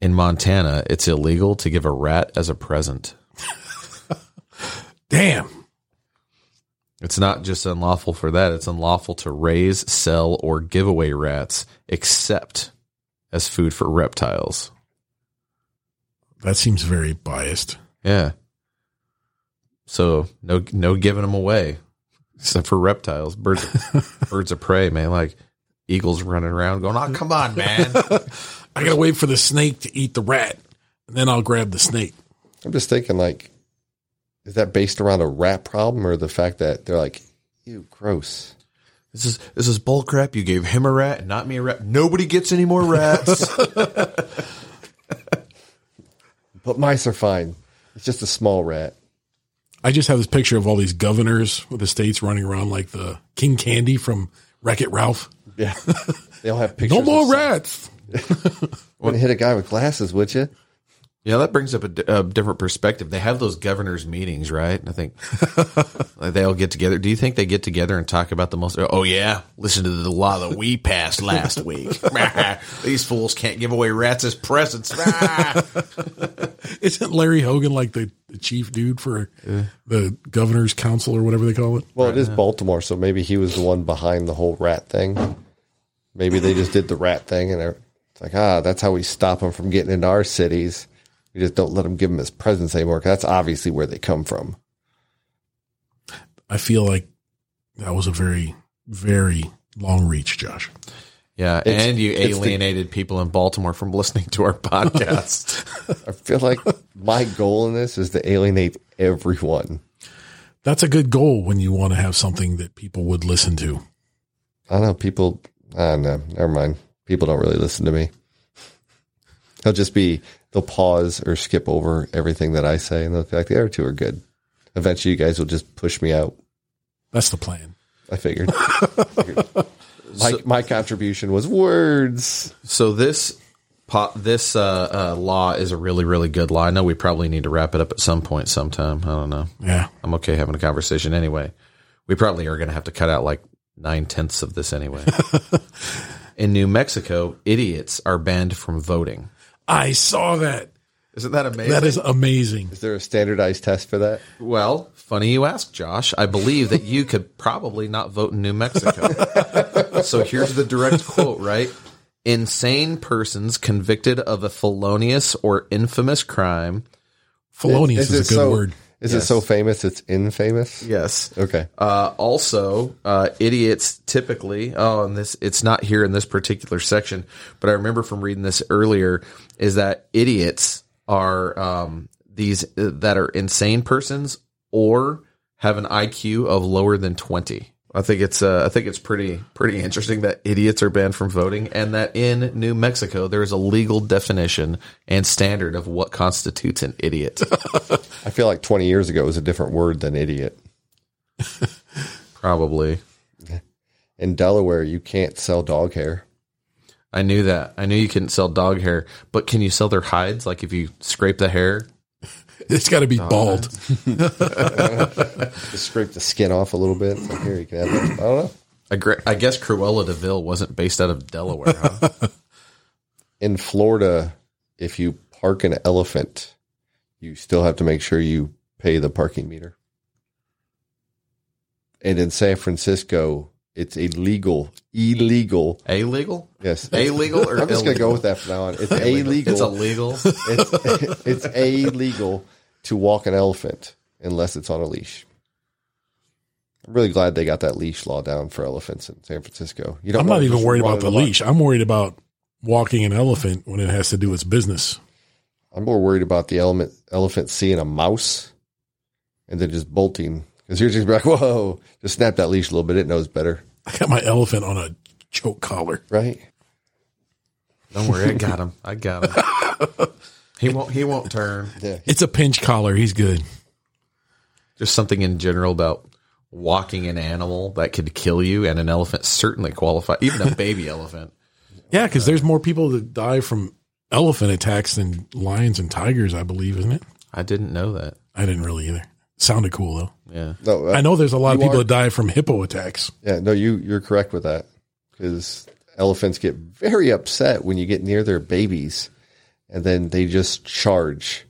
S3: In Montana, it's illegal to give a rat as a present.
S1: Damn.
S3: It's not just unlawful for that, it's unlawful to raise, sell, or give away rats except as food for reptiles.
S1: That seems very biased.
S3: Yeah. So no no giving them away, except for reptiles, birds birds of prey, man. Like eagles running around going, "Oh, come on, man!"
S1: I gotta wait for the snake to eat the rat, and then I'll grab the snake.
S2: I'm just thinking, like, is that based around a rat problem or the fact that they're like, ew, gross?
S3: this is this is bull crap. You gave him a rat and not me a rat. Nobody gets any more rats.
S2: But mice are fine. It's just a small rat.
S1: I just have this picture of all these governors with the states running around like the King Candy from Wreck It Ralph.
S2: Yeah. they all have pictures.
S1: No
S2: of-
S1: more rats.
S2: Wouldn't hit a guy with glasses, would you?
S3: yeah, that brings up a, di- a different perspective. They have those governors meetings, right? And I think like, they all get together. Do you think they get together and talk about the most? Oh yeah, listen to the law that we passed last week. These fools can't give away rats as presents.
S1: Isn't Larry Hogan like the, the chief dude for the governor's council or whatever they call it?
S2: Well, it is Baltimore, so maybe he was the one behind the whole rat thing. Maybe they just did the rat thing, and they're- it's like, ah, that's how we stop them from getting into our cities. We just don't let them give them as presents anymore. 'cause that's obviously where they come from.
S1: I feel like that was a very, very long reach, Josh.
S3: Yeah,
S2: It's-
S3: and you
S2: it's the-
S3: alienated people in Baltimore from listening to our podcast.
S2: I feel like my goal in this is to alienate everyone.
S1: That's a good goal when you want to have something that people would listen to.
S2: I don't know. People, I don't know. Never mind. People don't really listen to me. They'll just be, they'll pause or skip over everything that I say, and they'll be like, the other two are good. Eventually, you guys will just push me out.
S1: That's the plan.
S2: I figured. my, my contribution was words.
S3: so this po- this uh, uh, law is a really really good law. I know we probably need to wrap it up at some point sometime. I don't know.
S1: Yeah.
S3: I'm okay having a conversation anyway. We probably are going to have to cut out like nine tenths of this anyway. in New Mexico, idiots are banned from voting.
S1: I saw that.
S3: Isn't that amazing?
S1: That is amazing.
S2: Is there a standardized test for that?
S3: Well, funny you ask, Josh. I believe that you could probably not vote in New Mexico. so here's the direct quote, right? Insane persons convicted of a felonious or infamous crime.
S1: Felonious is,
S2: it
S1: a good
S2: so,
S1: word.
S2: Is it so famous it's infamous?
S3: Yes.
S2: Okay.
S3: Uh, also, uh, idiots typically. Oh, and this it's not here in this particular section, but I remember from reading this earlier is that idiots are um, these uh, that are insane persons or have an IQ of lower than twenty. I think it's uh, I think it's pretty pretty interesting that idiots are banned from voting, and that in New Mexico there is a legal definition and standard of what constitutes an idiot.
S2: I feel like 20 years ago it was a different word than idiot.
S3: Probably.
S2: In Delaware, you can't sell dog hair.
S3: I knew that. I knew you couldn't sell dog hair, but can you sell their hides? Like if you scrape the hair?
S1: It's got to be bald.
S2: Just scrape the skin off a little bit. It's like, here, you can have that. I don't know.
S3: I, gre- I guess Cruella Deville wasn't based out of Delaware, huh?
S2: In Florida, if you park an elephant, you still have to make sure you pay the parking meter. And in San Francisco, it's illegal, illegal
S3: Illegal?
S2: Yes.
S3: Illegal or
S2: I'm just going to go
S3: illegal?
S2: with that from now on. It's illegal.
S3: It's illegal.
S2: It's, it's illegal to walk an elephant unless it's on a leash. I'm really glad they got that leash law down for elephants in San Francisco. You
S1: I'm
S2: want
S1: not
S2: to
S1: even
S2: just
S1: worried
S2: run
S1: about the
S2: in lot.
S1: leash. I'm worried about walking an elephant when it has to do its business.
S2: I'm more worried about the element, elephant seeing a mouse and then just bolting. Because you're just like, whoa, just snap that leash a little bit. It knows better,
S1: I got my elephant on a choke collar.
S2: right?
S3: Don't worry, I got him. I got him. He won't. He won't turn.
S1: It's a pinch collar. He's good.
S3: Just something in general about walking an animal that could kill you, and an elephant certainly qualifies. Even a baby elephant.
S1: Yeah, because there's more people that die from elephant attacks than lions and tigers, I believe, isn't it?
S3: I didn't know that.
S1: I didn't really either. Sounded cool though.
S3: Yeah.
S2: No,
S1: I know there's a lot of
S2: you
S1: people
S2: are-
S1: that die from hippo attacks.
S2: Yeah, no, you you're correct with that because elephants get very upset when you get near their babies, and then they just charge.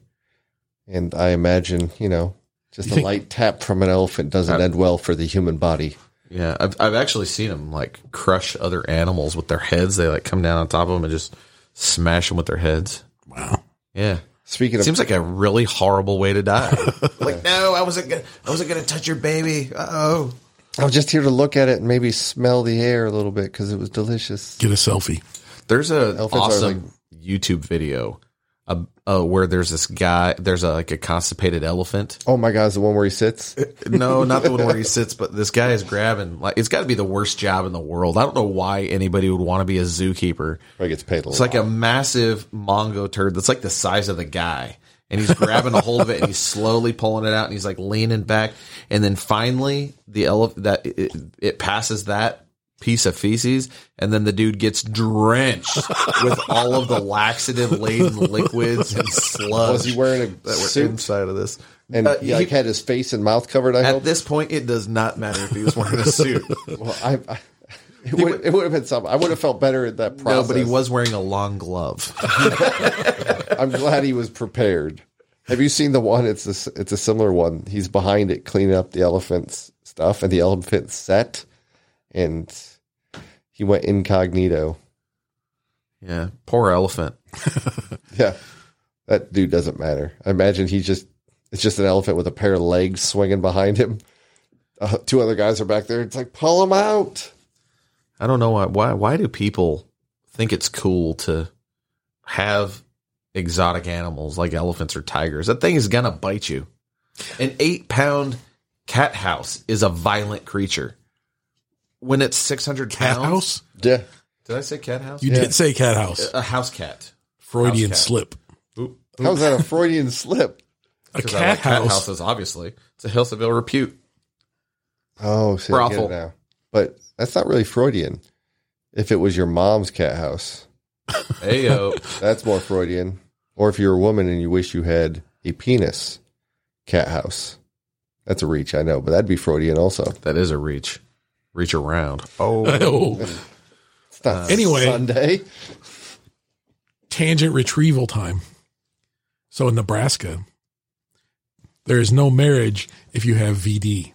S2: And I imagine, you know, just
S1: You
S2: a
S1: think-
S2: light tap from an elephant doesn't end well for the human body.
S3: Yeah. I've, I've actually seen them like crush other animals with their heads. They like come down on top of them and just smash them with their heads.
S1: Wow.
S3: Yeah.
S2: Speaking
S3: It
S2: of
S3: seems like a really horrible way to die.
S4: Like, no, I wasn't gonna, I wasn't gonna touch your baby. Uh oh.
S2: I'm just here to look at it and maybe smell the air a little bit because it was delicious.
S1: Get a selfie.
S3: There's a
S2: Elephants are
S3: awesome YouTube video uh, uh, where there's this guy. There's a, like a constipated elephant.
S2: Oh my God, is the one where he sits?
S3: No, not the one where he sits, but this guy is grabbing. Like it's got to be the worst job in the world. I don't know why anybody would want to be a zookeeper.
S2: Probably gets paid a lot.
S3: It's like a massive Mongo turd that's like the size of the guy. And he's grabbing a hold of it and he's slowly pulling it out and he's like leaning back. And then finally, the elephant that it, it passes that piece of feces. And then the dude gets drenched with all of the laxative laden liquids and sludge.
S2: was he wearing a
S3: that were
S2: suit
S3: inside of this?
S2: and
S3: Uh,
S2: he, like
S3: he-
S2: had his face and mouth covered? I
S3: at
S2: hope.
S3: this point, it does not matter if he was wearing a suit.
S2: well, I, I, it, would, it would have been something. I would have felt better at that
S3: no,
S2: process.
S3: but he was wearing a long glove.
S2: I'm glad he was prepared. Have you seen the one? It's a, it's a similar one. He's behind it, cleaning up the elephant's stuff, and the elephant set, and he went incognito.
S3: Yeah, poor elephant.
S2: Yeah, that dude doesn't matter. I imagine he just it's just an elephant with a pair of legs swinging behind him. Uh, two other guys are back there. It's like pull him out.
S3: I don't know why why why do people think it's cool to have exotic animals like elephants or tigers? That thing is gonna bite you. An eight pound cat house is a violent creature. When it's six hundred
S1: Cat
S3: pounds,
S1: house?
S2: Yeah,
S3: did I say cat house?
S1: You did say cat house.
S3: a house cat.
S1: Freudian
S3: Uh, house cat.
S1: slip.
S2: how's that a Freudian slip?
S1: A
S3: 'Cause
S1: cat,
S3: I like
S1: house.
S3: houses, obviously. It's a Hillsville repute.
S2: Oh, shit, I get
S3: Brothel.
S2: it now. But that's not really Freudian. If it was your mom's cat house,
S3: Ayo.
S2: that's more Freudian. Or if you're a woman and you wish you had a penis cat house, that's a reach, I know, but that'd be Freudian also.
S3: that is a reach. Reach around.
S1: Oh,
S2: It's not
S1: Anyway.
S2: Sunday.
S1: tangent retrieval time. So in Nebraska, there is no marriage if you have VD.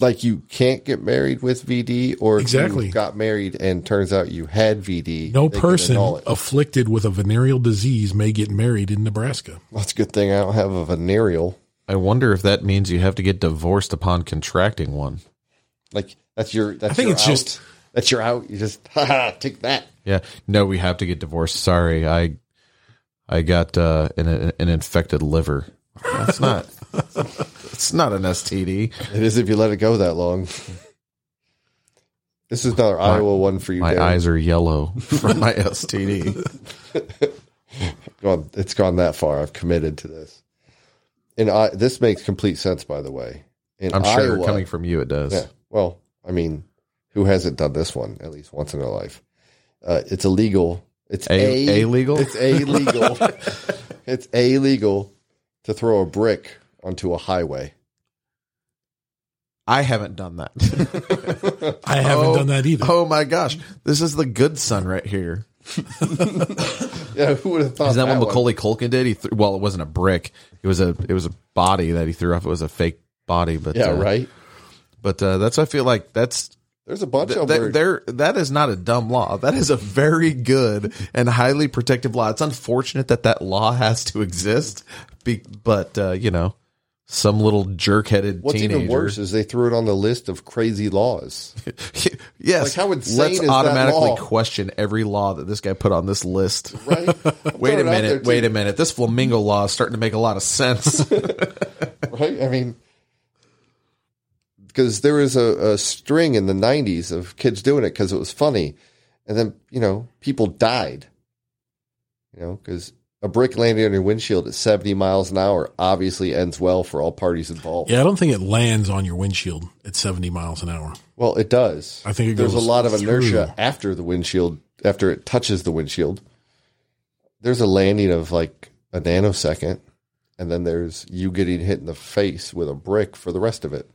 S2: like you can't get married with VD, or if
S1: Exactly.
S2: you got married and turns out you had VD.
S1: No
S2: they can
S1: person
S2: annul it.
S1: afflicted with a venereal disease may get married in Nebraska.
S2: That's a good thing I don't have a venereal.
S3: I wonder if that means you have to get divorced upon contracting one.
S2: Like that's your. That's
S1: I think
S2: your
S1: it's
S2: out.
S1: just-
S2: that's your out. You just ha ha, take that.
S3: Yeah. No, we have to get divorced. Sorry, I I got uh, an an infected liver. That's not. it's not an STD.
S2: It is if you let it go that long. This is another Iowa one for you.
S3: My
S2: Darren.
S3: eyes are yellow from my STD.
S2: Gone- it's gone that far. I've committed to this. And I, this makes complete sense, by the way. In
S3: I'm sure
S2: Iowa-
S3: coming from you, it does.
S2: Yeah. Well, I mean, who hasn't done this one at least once in their life? Uh, it's illegal. It's
S3: A-
S2: a,
S3: illegal?
S2: It's illegal. it's illegal to throw a brick onto a highway.
S3: I haven't done that.
S1: I haven't done that either.
S3: oh my gosh, this is the good son right here.
S2: Yeah, who would have thought
S3: Is that, what
S2: one?
S3: Macaulay Culkin did? He th- well, it wasn't a brick. It was a it was a body that he threw off. It was a fake body, but
S2: Yeah,
S3: uh,
S2: right.
S3: But uh, that's I feel like that's
S2: There's a bunch of
S3: that,
S2: them. where-
S3: there, that is not a dumb law. That is a very good and highly protective law. It's unfortunate that that law has to exist, be, but uh, you know, some little jerk-headed
S2: What's
S3: teenager.
S2: even worse is they threw it on the list of crazy laws.
S3: yes,
S2: Like, how insane
S3: let's
S2: is that
S3: automatically
S2: law?
S3: question every law that this guy put on this list.
S2: Right?
S3: Wait a minute. Wait a minute. This flamingo law is starting to make a lot of sense.
S2: minute. Right? I mean, because there was a, a string in the 90s of kids doing it because it was funny. And then, you know, people died. You know, because a brick landing on your windshield at 70 miles an hour obviously ends well for all parties involved.
S1: Yeah, I don't think it lands on your windshield at 70 miles an hour.
S2: Well, it does.
S1: I think it
S2: there's
S1: goes
S2: a lot of inertia
S1: through.
S2: after the windshield, after it touches the windshield. There's a landing of like a nanosecond. and then there's you getting hit in the face with a brick for the rest of it.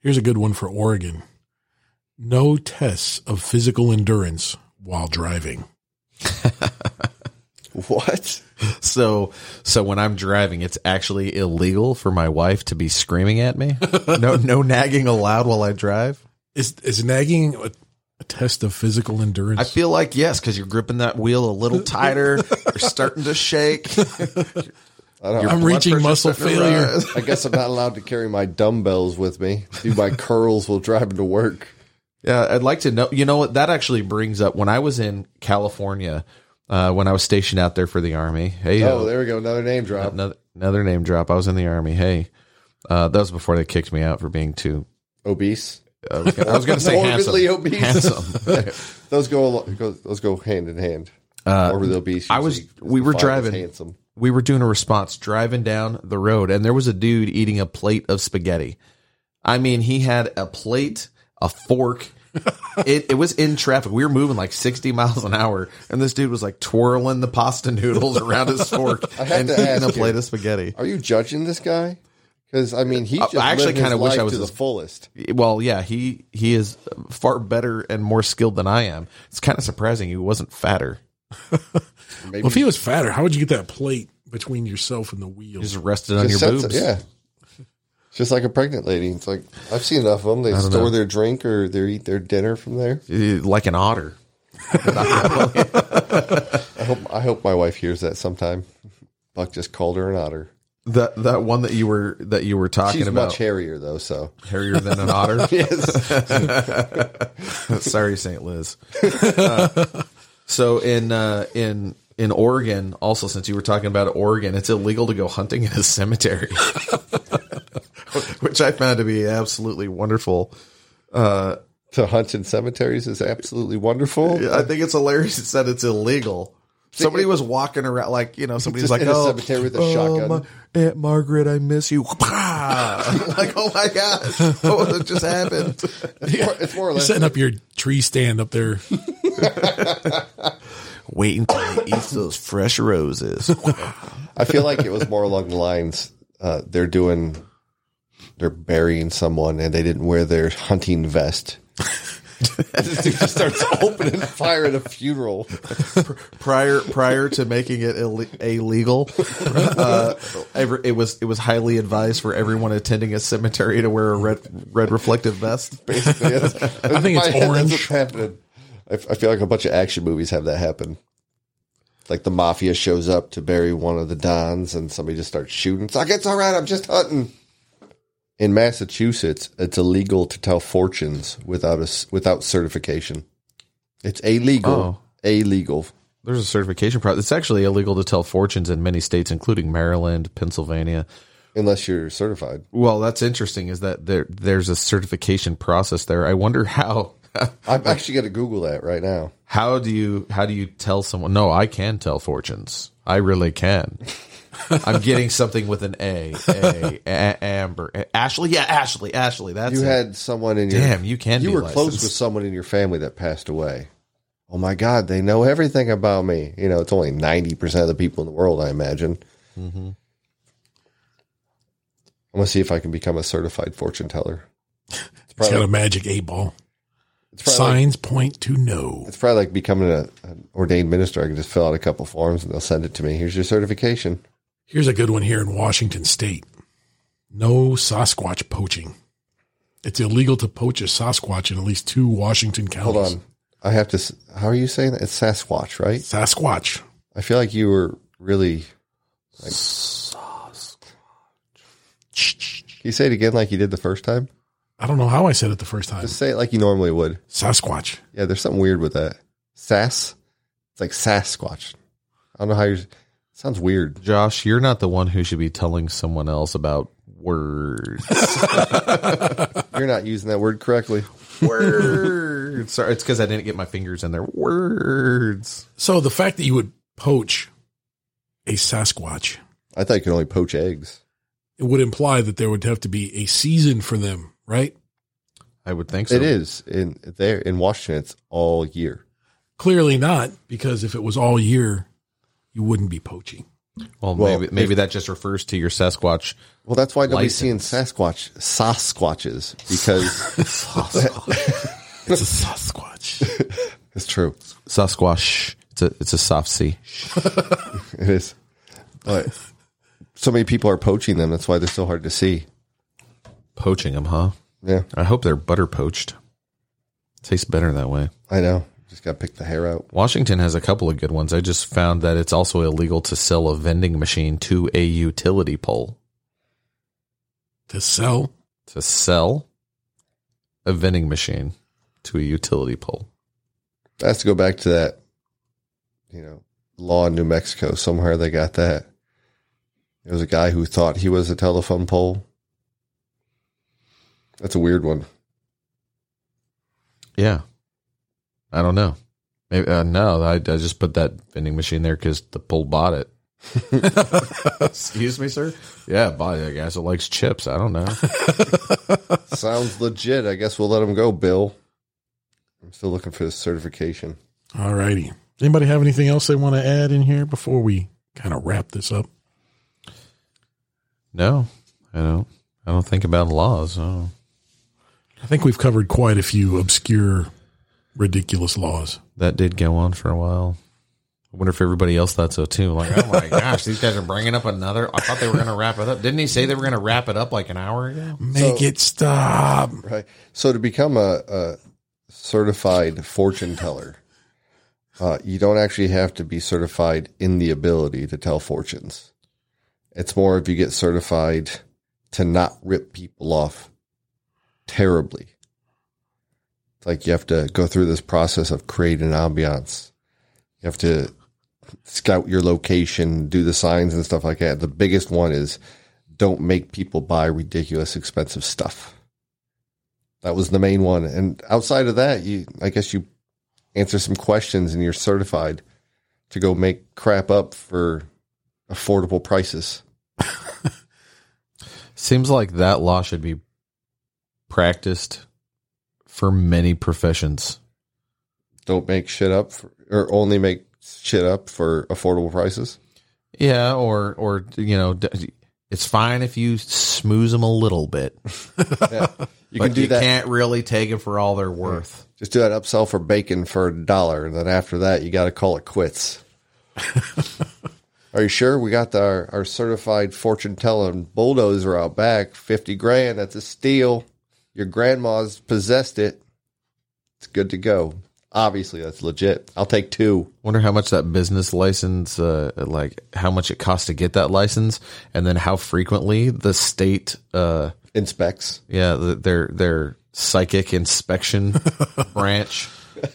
S1: Here's a good one for Oregon. No tests of physical endurance while driving.
S2: What?
S3: So, so when I'm driving, it's actually illegal for my wife to be screaming at me. No, no nagging allowed while I drive.
S1: Is is nagging a, a test of physical endurance?
S3: I feel like yes, because you're gripping that wheel a little tighter. You're starting to shake.
S2: I don't.
S1: I'm reaching muscle failure.
S2: I guess I'm not allowed to carry my dumbbells with me. Do my curls while driving to work.
S3: Yeah, I'd like to know. You know what? That actually brings up when I was in California, uh, when I was stationed out there for the army. Hey, uh,
S2: Oh, there we go. Another name drop.
S3: another, another name drop. I was in the army. Hey, uh, that was before they kicked me out for being too.
S2: Obese.
S3: I was gonna- I was going to say handsome.
S2: Morbidly obese.
S3: Handsome.
S2: Those go, al- go. Those go hand in hand.
S3: Uh,
S2: Over the obese.
S3: I was-
S2: usually
S3: we were
S2: defined as
S3: driving.
S2: Handsome.
S3: we were doing a response driving down the road and there was a dude eating a plate of spaghetti i mean he had a plate a fork it, it was in traffic we were moving like 60 miles an hour and this dude was like twirling the pasta noodles around his fork
S2: have
S3: and
S2: to
S3: eating
S2: ask
S3: a
S2: you.
S3: plate of spaghetti
S2: Are you judging this guy? Because I mean, he.
S3: I-
S2: Just
S3: I Uh, actually
S2: lived his
S3: kinda wish
S2: life
S3: I was
S2: to the
S3: his-
S2: fullest.
S3: well yeah he he is far better and more skilled than i am it's kind of surprising he wasn't fatter
S2: Maybe
S1: well, if he was fatter, how would you get that plate between yourself and the wheel?
S3: just rested on your
S2: Just
S3: boobs
S2: sets it- yeah. It's Just like a pregnant lady. It's like I've seen enough of them. They store their drink or they eat their dinner from there.
S3: Eh, like an otter
S2: I hope I hope my wife hears that sometime. Buck just called her an otter.
S3: that that one that you were that you were talking
S2: She's
S3: about
S2: much hairier though, so
S3: hairier than an otter
S2: yes.
S3: Sorry, St. Liz. Uh, so in uh, in in Oregon, also since you were talking about Oregon, it's illegal to go hunting in a cemetery, which I found to be absolutely wonderful.
S2: to hunt in cemeteries is absolutely wonderful.
S3: I think it's hilarious it said it's illegal. Somebody was walking around like you know somebody's
S2: Just
S3: like
S2: in a
S3: oh,
S2: cemetery with a
S3: oh,
S2: shotgun."
S3: Ma- Aunt Margaret, I miss you. like oh my gosh, what just happened?
S2: It's, more, it's more or
S1: You're
S2: less.
S1: setting up your tree stand up there.
S3: Wait until you eat those fresh roses.
S2: I feel like it was more along the lines uh, they're doing, they're burying someone and they didn't wear their hunting vest. this dude just starts opening fire at a funeral.
S3: prior prior to making it Ill- illegal, uh, every, it was it was highly advised for everyone attending a cemetery to wear a red red reflective vest.
S2: Basically, that's, I
S1: think it's orange.
S2: That's what's happening. I, f- I feel like a bunch of action movies have that happen. Like the mafia shows up to bury one of the dons, and somebody just starts shooting. It's like it's all right. I'm just hunting. In Massachusetts, it's illegal to tell fortunes without a s- without certification. It's illegal. Illegal.
S3: There's a certification process. It's actually illegal to tell fortunes in many states, including Maryland, Pennsylvania.
S2: Unless you're certified.
S3: Well, that's interesting. Is that there? There's a certification process there. I wonder how.
S2: I'm actually going to Google that right now.
S3: How do you how do you tell someone? No, I can tell fortunes. I really can. I'm getting something with an A, A, A- Amber, A- Ashley. Yeah, Ashley, Ashley. That's
S2: You
S3: it.
S2: had someone in your
S3: Damn, you can
S2: You
S3: be
S2: were close
S3: licensed.
S2: with someone in your family that passed away. Oh my God, they know everything about me. You know, it's only ninety percent of the people in the world, I imagine.
S3: Mm-hmm.
S2: I'm gonna see if I can become a certified fortune teller. It's
S1: It's got
S2: probably,
S1: a magic eight ball.
S2: it's probably like,
S1: Signs point to no.
S2: it's probably like becoming a, an ordained minister. I can just fill out a couple forms and they'll send it to me. Here's your certification.
S1: Here's a good one here in Washington State. No Sasquatch poaching. It's illegal to poach a Sasquatch in at least two Washington counties.
S2: Hold on, I have to. s- How are you saying that? It's Sasquatch, right?
S1: Sasquatch.
S2: I feel like you were really. Can you say it again like you did the first time?
S1: I don't know how I said it the first time.
S2: Just say it like you normally would.
S1: Sasquatch.
S2: Yeah, there's something weird with that. Sass. It's like Sasquatch. I don't know how you're. Sounds weird.
S3: Josh, you're not the one who should be telling someone else about words.
S2: You're not using that word correctly.
S3: words. Sorry, it's because I didn't get my fingers in there. Words.
S1: So the fact that you would poach a Sasquatch
S2: I thought you could only poach eggs.
S1: it would imply that there would have to be a season for them, right?
S3: I would think so.
S2: it is in there in Washington. It's all year.
S1: Clearly not, because if it was all year, you wouldn't be poaching.
S3: Well,
S2: Well,
S3: maybe maybe that just refers to your Sasquatch.
S2: Well, that's why nobody's
S3: License.
S2: seeing Sasquatch Sasquatches because
S1: It's a Sasquatch.
S2: it's true.
S3: Sasquatch. It's a it's a soft C.
S2: It is, but so many people are poaching them. That's why they're so hard to see.
S3: Poaching them, huh?
S2: Yeah,
S3: I hope they're butter poached. Tastes better that way.
S2: I know. Just got to pick the hair out.
S3: Washington has a couple of good ones. I just found that it's also illegal to sell a vending machine to a utility pole.
S1: to sell.
S3: To sell a vending machine to a utility pole.
S2: That has to go back to that, you know, law in New Mexico. Somewhere they got that. There was a guy who thought he was a telephone pole. That's a weird one.
S3: Yeah. I don't know. Maybe, uh, no, I, I just put that vending machine there because the pole bought it. Excuse me, sir? Yeah, bought it. I guess it likes chips. I don't know.
S2: Sounds legit. I guess we'll let him go, Bill. I'm still looking for this certification.
S1: All righty. Anybody have anything else they want to add in here before we kind of wrap this up?
S3: no, I don't. I don't think about laws. Oh.
S1: I think we've covered quite a few obscure, ridiculous laws.
S3: that did go on for a while. I wonder if everybody else thought so too. Like, oh my gosh, these guys are bringing up another. I thought they were going to wrap it up. Didn't he say they were going to wrap it up like an hour ago?
S1: Make it stop.
S2: Right. So to become a, a certified fortune teller, uh, you don't actually have to be certified in the ability to tell fortunes. It's more if you get certified to not rip people off terribly. It's like you have to go through this process of creating an ambiance. You have to scout your location, do the signs and stuff like that. The biggest one is don't make people buy ridiculous expensive stuff that was the main one. And outside of that, you I guess you answer some questions and you're certified to go make crap up for affordable prices.
S3: Seems like that law should be practiced for many professions.
S2: Don't make shit up for, or only make shit up for affordable prices.
S3: Yeah, or or you know, d- it's fine if you smooze them a little bit.
S2: Yeah. You
S3: but
S2: can do
S3: you
S2: that.
S3: can't really take it for all they're worth.
S2: Just do that upsell for bacon for a dollar, and then after that, you got to call it quits. Are you sure we got the, our, our certified fortune telling bulldozer out back? Fifty grand. That's a steal. Your grandma's possessed it. It's good to go. Obviously, that's legit. I'll take two.
S3: Wonder how much that business license, uh, like how much it costs to get that license, and then how frequently the state, uh,
S2: Inspects.
S3: yeah, the, their their psychic inspection branch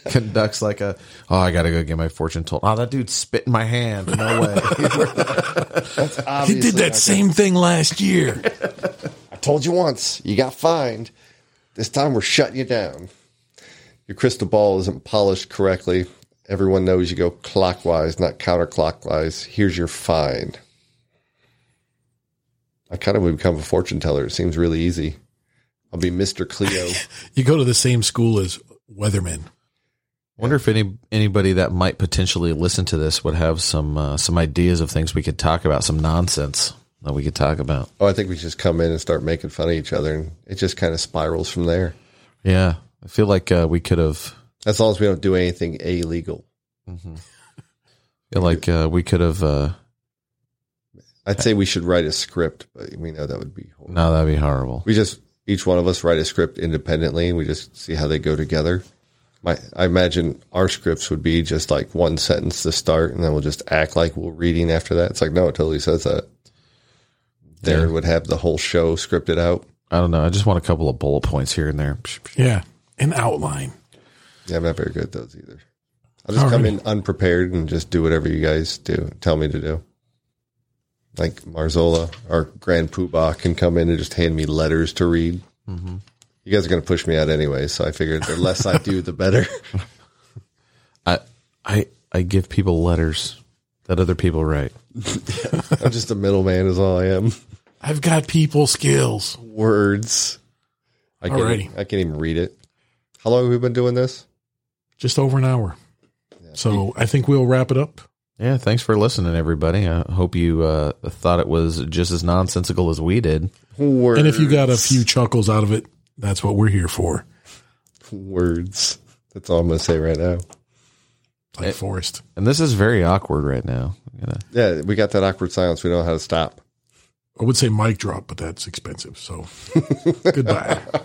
S3: conducts like a, oh, I gotta go get my fortune told. Oh, that dude spit in my hand. No way.
S1: He did
S2: Obviously,
S1: that same thing last year.
S2: I told you once. You got fined. This time we're shutting you down. Your crystal ball isn't polished correctly. Everyone knows you go clockwise, not counterclockwise. Here's your fine. I kind of would become a fortune teller. It seems really easy. I'll be Mr. Cleo.
S1: You go to the same school as Weatherman.
S3: Wonder if any anybody that might potentially listen to this would have some uh, some ideas of things we could talk about, some nonsense that we could talk about.
S2: oh, I think we should just come in and start making fun of each other. And it just kind of spirals from there.
S3: Yeah, I feel like uh, we could have
S2: As long as we don't do anything illegal.
S3: feel like uh, we could have. Uh,
S2: I'd say we should write a script, but we know that would be horrible.
S3: no, that'd be horrible.
S2: we just each one of us write a script independently and we just see how they go together my i imagine our scripts would be just like one sentence to start and then we'll just act like we're reading after that it's like no it totally says that Darren would have the whole show scripted out
S3: I don't know. I just want a couple of bullet points here and there. Psh, psh.
S1: Yeah. An outline.
S2: yeah i'm not very good at those either i'll just come in unprepared and just do whatever you guys do tell me to do like marzola our grand poobah can come in and just hand me letters to read you guys are going to push me out anyway so i figured the less i do the better
S3: I I I give people letters that other people write.
S2: I'm just a middleman, is all I am.
S1: I've got people skills.
S2: Words. I can't,
S1: Alrighty.
S2: I can't even read it. How long have we been doing this?
S1: Just over an hour. So I think we'll wrap it up.
S3: Yeah, thanks for listening, everybody. I hope you uh, thought it was just as nonsensical as we did.
S2: Words.
S1: And if you got a few chuckles out of it, that's what we're here for.
S2: words, that's all I'm going to say right now.
S1: Like Forrest.
S3: And this is very awkward right now. You know,
S2: Yeah, we got that awkward silence. We don't know how to stop.
S1: I would say mic drop, but that's expensive. So goodbye.